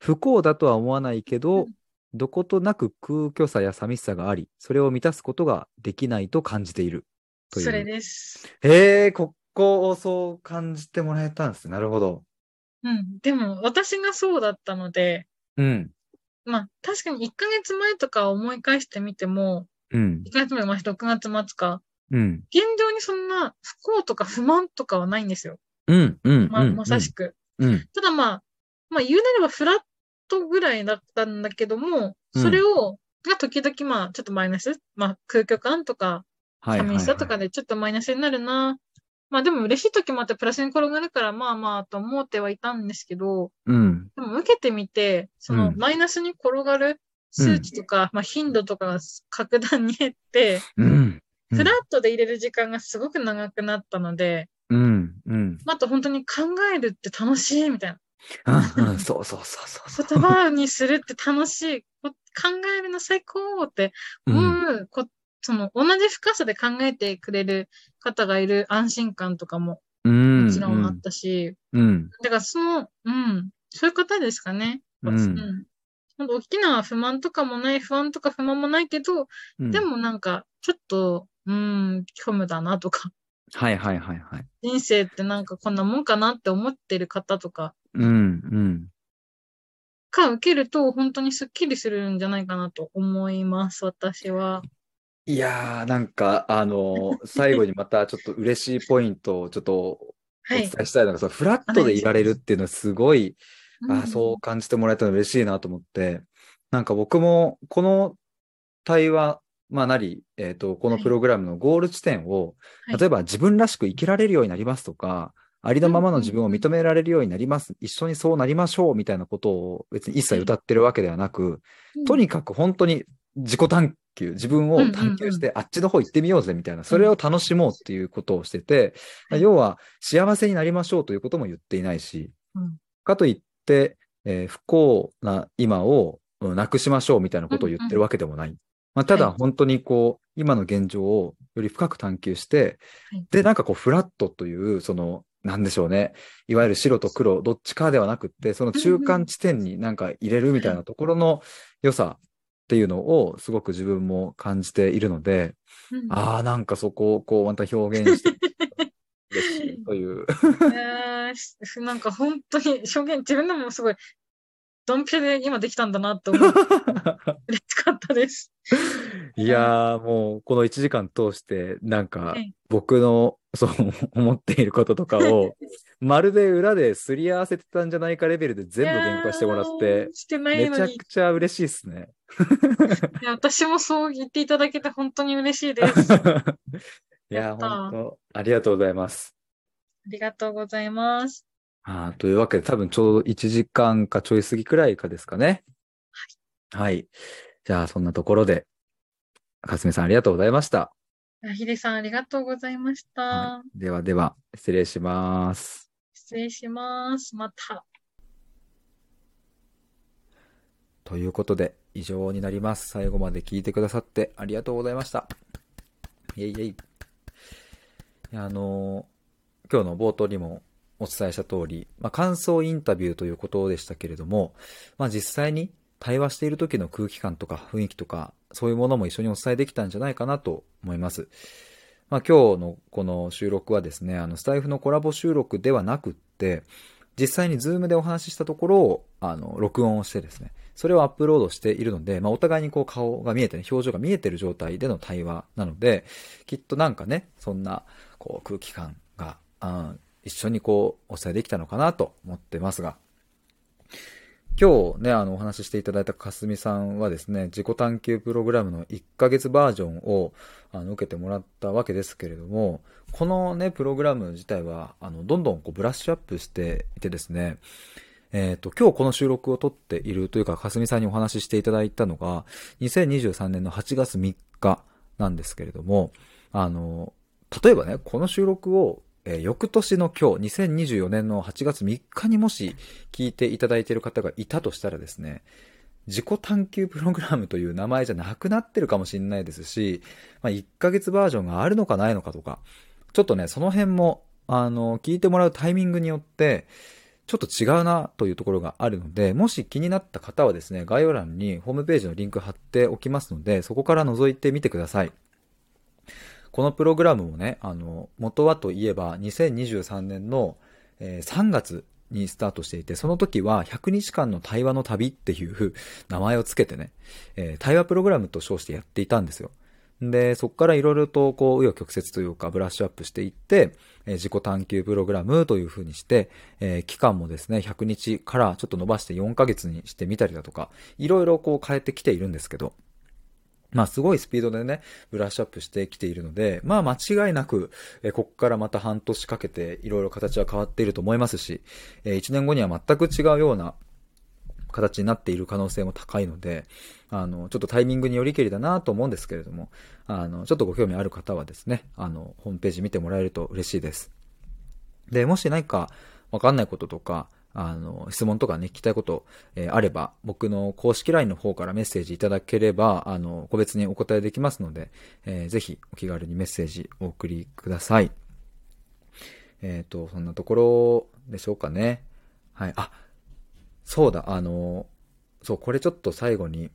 S1: 不幸だとは思わないけ
S2: う
S1: ど、どことなく空虚さや寂しさがあり、それを満たすことができないと感じている。という
S2: それです。
S1: へえ、ここをそう感じてもらえたんですね。なるほど。
S2: うん。でも、私がそうだったので、
S1: うん。
S2: まあ、確かに1ヶ月前とか思い返してみても、
S1: うん。
S2: 1ヶ月前、まあ、6月末か、
S1: うん。
S2: 現状にそんな不幸とか不満とかはないんですよ。
S1: うん。うん。
S2: まあ、
S1: うん
S2: まさし。く。
S1: うん。
S2: ただまあ、まあ言うなればフラットぐらいだったんだけども、
S1: うん
S2: それを、が時々まあちょっとマイナス、まあ空虚感とか、
S1: はいはい、はい。
S2: 寂しさとかでちょっとマイナスになるな。まあでも嬉しい時もあってプラスに転がるからまあまあと思ってはいたんですけど、
S1: うん。
S2: でも受けてみて、その
S1: うん
S2: マイナスに転がる数値とか、まあ頻度とかが格段に減って、
S1: うん。うん
S2: フラットで入れる時間がすごく長くなったので、
S1: うん。うん。
S2: あと本当に考えるって楽しいみたいな。
S1: うんうんそうそうそうそうそう。
S2: 言葉にするって楽しい。こ考えるの最高って思
S1: うん。
S2: う、こその同じ深さで考えてくれる方がいる安心感とかも
S1: うん。
S2: もちろんあったし、
S1: うん。
S2: だからその、うん、そういう方ですかね。
S1: う。
S2: うんん。なんか大きな不満とかもない、不安とか不満もないけど、
S1: うん
S2: で。もなんか、ちょっと、うん、虚無だなとか、
S1: はいはいはいはい。
S2: 人生ってなんかこんなもんかなって思ってる方とか
S1: うん。うん。
S2: が受けると、本当にスッキリするんじゃないかなと思います、私は。
S1: いやー、なんか、あ のー最後にまたちょっと嬉しいポイントをちょっとお
S2: は
S1: 伝
S2: い。
S1: えしたいのが、そのフラットでいられるっていうのはすごい、あーそうう感じてもらえたの嬉しいなと思って、なんか僕もこの対話、まあなり、えっと、この
S2: はい
S1: プログラムのゴール地点を、
S2: はい
S1: 例えば自分らしく生きられるようになりますとか、ありのままの自分を認められるようになります、一緒にそうなりましょうみたいなことを別に一切歌ってるわけではなく、
S2: ん。
S1: とにかく本当に自己探求、自分を探求して、あっちの方行ってみようぜみたいな、それを楽しもうっていうことをしてて、
S2: はい
S1: 要は幸せになりましょうということも言っていないし、
S2: うん
S1: かといって、えー不幸な今をうんなくしましょうみたいなことを言ってるわけでもない。まあ、ただ
S2: はい
S1: 本当にこう、今の現状をより深く探求して
S2: はい、
S1: で、なんかこう、フラットという、その、なんでしょうね。いわゆる白と黒、どっちかではなくって、その中間地点になんか入れるみたいなところの良さっていうのをすごく自分も感じているので、
S2: うん
S1: ああ、なんかそこをこうまた表現して、嬉しいと いう。
S2: えーしなんか本当に、証言、自分でもすごい、ドンピシャで今できたんだなっ て思って嬉しかったです。
S1: いやー、もうこの1時間通して、なんか
S2: はい
S1: 僕のそう思っていることとか を、まるで裏ですり合わせてたんじゃないかレベルで全部言語化してもらっ
S2: い
S1: て
S2: やー、してない
S1: め
S2: の
S1: ちゃ
S2: に
S1: く。ちゃ嬉しいですね。
S2: いや私もそう言っていただけて本当に嬉し いです。あ
S1: いやー、
S2: やった
S1: 本当ありがとうございます。
S2: りがとうございます。
S1: あーというわけで、多分ちょうど1時間かちょい過ぎくらいかですかね。はい。じゃあ、そんなところで、かすみさんありがとうございました。
S2: あヒデさんありがとうございました。
S1: はい、ではでは、失礼します。
S2: 失礼します。また。
S1: ということで、以上になります。最後まで聞いてくださってありがとうございました。いえいえい。いやあのー今日の冒頭にもお伝えした通り、まあ、感想インタビューということでしたけれども、まあ、実際に対話している時の空気感とか雰囲気とか、そういうものも一緒にお伝えできたんじゃないかなと思います。まあ、今日のこの収録はですね、あの、スタイフのコラボ収録ではなくって、実際にズームでお話ししたところを、あの、録音をしてですね、それをアップロードしているので、まあ、お互いにこう顔が見えてね、表情が見えてる状態での対話なので、きっとなんかね、そんな、こう、空気感が、うん、一緒にこう、お伝えできたのかなと思ってますが、今日ね、あの、お話ししていただいたかすみさんはですね、自己探求プログラムの1ヶ月バージョンを、あの、受けてもらったわけですけれども、このね、プログラム自体は、あの、どんどんこう、ブラッシュアップしていてですね、えっ、と、今日この収録を撮っているというか、かすみさんにお話ししていただいたのが、2023年の8月3日なんですけれども、あの、例えばね、この収録を、えー翌年の今日、2024年の8月3日にもし聞いていただいている方がいたとしたらですね、自己探求プログラムという名前じゃなくなってるかもしれないですし、まあ、1ヶ月バージョンがあるのかないのかとか、ちょっとね、その辺も、あの、聞いてもらうタイミングによって、ちょっと違うなというところがあるので、もし気になった方はですね、概要欄にホームページのリンク貼っておきますので、そこから覗いてみてください。このプログラムもね、あの、元はといえば2023年の、えー3月にスタートしていて、その時は100日間の対話の旅っていう 名前をつけてね、えー対話プログラムと称してやっていたんですよ。で、そこからいろいろとこう、紆余曲折というかブラッシュアップしていって、えー自己探求プログラムというふうにして、えー期間もですね、100日からちょっと伸ばして4ヶ月にしてみたりだとか、いろいろこう変えてきているんですけど、まあすごいスピードでね、ブラッシュアップしてきているので、まあ間違いなく、えーここからまた半年かけていろいろ形は変わっていると思いますし、え1年後には全く違うような形になっている可能性も高いので、あの、ちょっとタイミングによりけりだなと思うんですけれども、あの、ちょっとご興味ある方はですね、あの、ホームページ見てもらえると嬉しいです。で、もし何かわかんないこととか、あの、質問とかね、聞きたいこと、えーあれば、僕の公式 LINE の方からメッセージいただければ、あの、個別にお答えできますので、えーぜひお気軽にメッセージお送りください。えっ、と、そんなところでしょうかね。はい。あ、そうだ、あの、そう、これちょっと最後に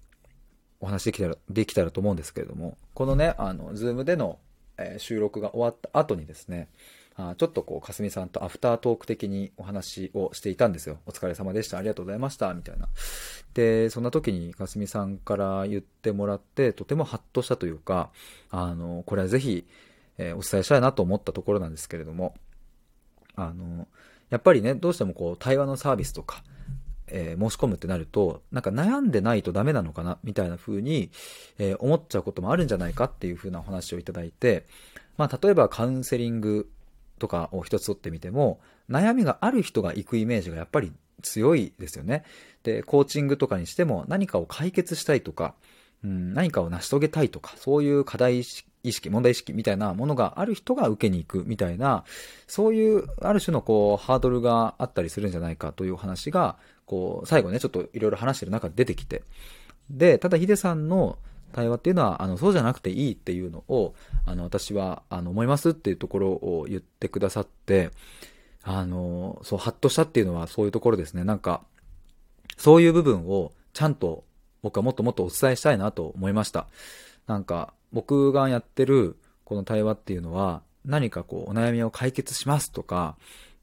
S1: お話できたら、できたらと思うんですけれども、このね、あの、ズームでの、えー収録が終わった後にですね、あーちょっとこう、かすみさんとアフタートーク的にお話をしていたんですよ。お疲れ様でした。ありがとうございました。みたいな。で、そんな時にかすみさんから言ってもらって、とてもハッとしたというか、あの、これはぜひ、えーお伝えしたいなと思ったところなんですけれども、あの、やっぱりね、どうしてもこう、対話のサービスとか、えー申し込むってなると、なんか悩んでないとダメなのかな、みたいな風に、えー思っちゃうこともあるんじゃないかっていう風なお話をいただいて、まあ、例えばカウンセリングとかを一つ取ってみても、悩みがある人が行くイメージがやっぱり強いですよね。で、コーチングとかにしても何かを解決したいとか、うん、何かを成し遂げたいとか、そういう課題意識、意識問題意識みたいなものがある人が受けに行くみたいな、そういうある種のこうハードルがあったりするんじゃないかというお話が、こう最後ね、ちょっといろいろ話してる中で出てきて。で、ただヒデさんの対話っていうのは、あの、そうじゃなくていいっていうのを、あの、私は、あの、思いますっていうところを言ってくださって、あの、そう、ハッとしたっていうのはそういうところですね。なんか、そういう部分をちゃんと僕はもっともっとお伝えしたいなと思いました。なんか、僕がやってるこの対話っていうのは、何かこう、お悩みを解決しますとか、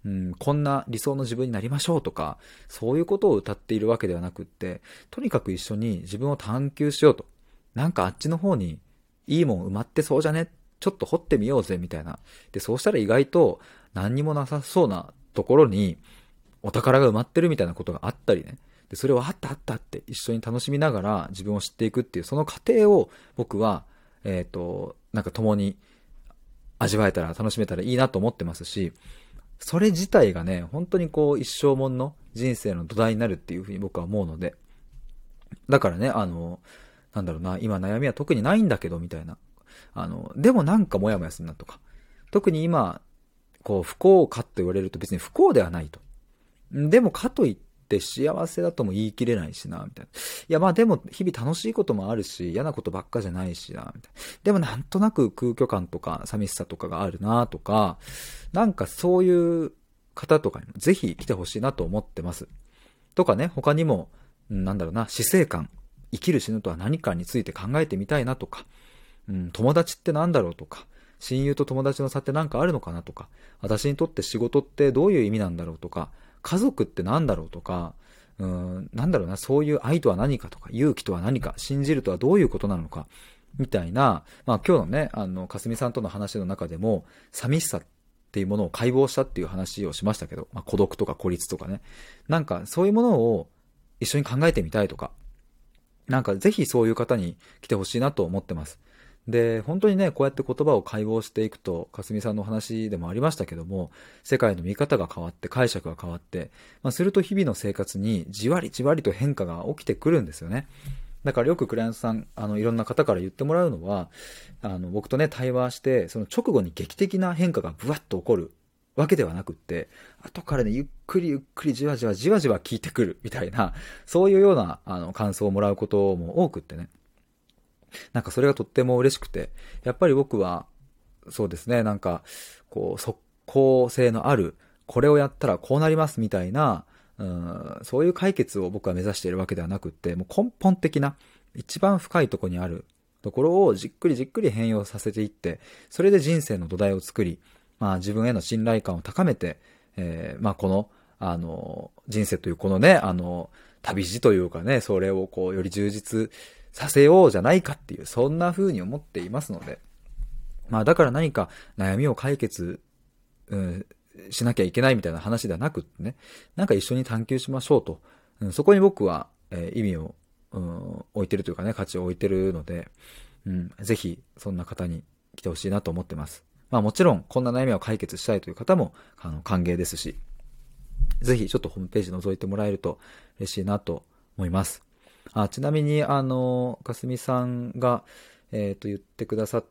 S1: うん、こんな理想の自分になりましょうとか、そういうことを歌っているわけではなくって、とにかく一緒に自分を探求しようと。なんかあっちの方にいいもん埋まってそうじゃねちょっと掘ってみようぜ、みたいな。で、そうしたら意外と何にもなさそうなところにお宝が埋まってるみたいなことがあったりね。で、それをあったあったって一緒に楽しみながら自分を知っていくっていう、その過程を僕は、えっ、と、なんか共に味わえたら楽しめたらいいなと思ってますし、それ自体がね、本当にこう一生もんの人生の土台になるっていうふうに僕は思うので、だからね、あの、なんだろうな、今悩みは特にないんだけど、みたいな。あの、でもなんかモヤモヤするなとか。特に今、こう、不幸かと言われると別に不幸ではないと。でもかといって幸せだとも言い切れないしな、みたいな。いや、まあでも日々楽しいこともあるし、嫌なことばっかじゃないしな、みたいな。でもなんとなく空虚感とか寂しさとかがあるな、とか、なんかそういう方とかにもぜひ来てほしいなと思ってます。とかね、他にも、うんなんだろうな、死生観。生きる死ぬとは何かについて考えてみたいなとか、うん、友達って何だろうとか、親友と友達の差って何かあるのかなとか、私にとって仕事ってどういう意味なんだろうとか、家族って何だろうとか、うん、なんだろうな、そういう愛とは何かとか、勇気とは何か、信じるとはどういうことなのか、みたいな、まあ今日のね、あの、かすみさんとの話の中でも、寂しさっていうものを解剖したっていう話をしましたけど、まあ孤独とか孤立とかね、なんかそういうものを一緒に考えてみたいとか、なんかぜひそういう方に来てほしいなと思ってます。で、本当にね、こうやって言葉を解剖していくと、かすみさんのお話でもありましたけども、世界の見方が変わって、解釈が変わって、まあ、すると日々の生活にじわりじわりと変化が起きてくるんですよね。だからよくクライアントさん、あの、いろんな方から言ってもらうのは、あの、僕とね、対話して、その直後に劇的な変化がブワッと起こるわけではなくって、後からね、ゆっくりゆっくりじわじわじわじわ効いてくるみたいな、そういうような、あの、感想をもらうことも多くってね。なんかそれがとっても嬉しくて、やっぱり僕は、そうですね、なんか、こう、即効性のある、これをやったらこうなりますみたいな、うん、そういう解決を僕は目指しているわけではなくって、もう根本的な、一番深いとこにあるところをじっくりじっくり変容させていって、それで人生の土台を作り、まあ自分への信頼感を高めて、えーまあこの、あの、人生というこのね、あの、旅路というかね、それをこう、より充実させようじゃないかっていう、そんな風に思っていますので、まあだから何か悩みを解決、うん、しなきゃいけないみたいな話ではなくってね、なんか一緒に探求しましょうと。うん、そこに僕は、えー意味を、うん、置いてるというかね、価値を置いてるので、うん、ぜひそんな方に来てほしいなと思ってます。まあもちろんこんな悩みを解決したいという方もあの歓迎ですし、ぜひちょっとホームページ覗いてもらえると嬉しいなと思います。あちなみに、あの、かすみさんが、えっ、と、言ってくださっ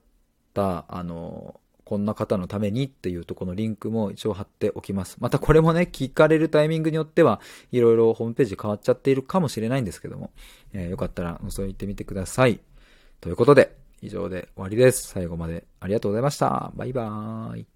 S1: た、あの、こんな方のためにっていうところのリンクも一応貼っておきます。またこれもね、聞かれるタイミングによっては、いろいろホームページ変わっちゃっているかもしれないんですけども、えーよかったら覗いてみてください。ということで、以上で終わりです。最後までありがとうございました。バイバーイ。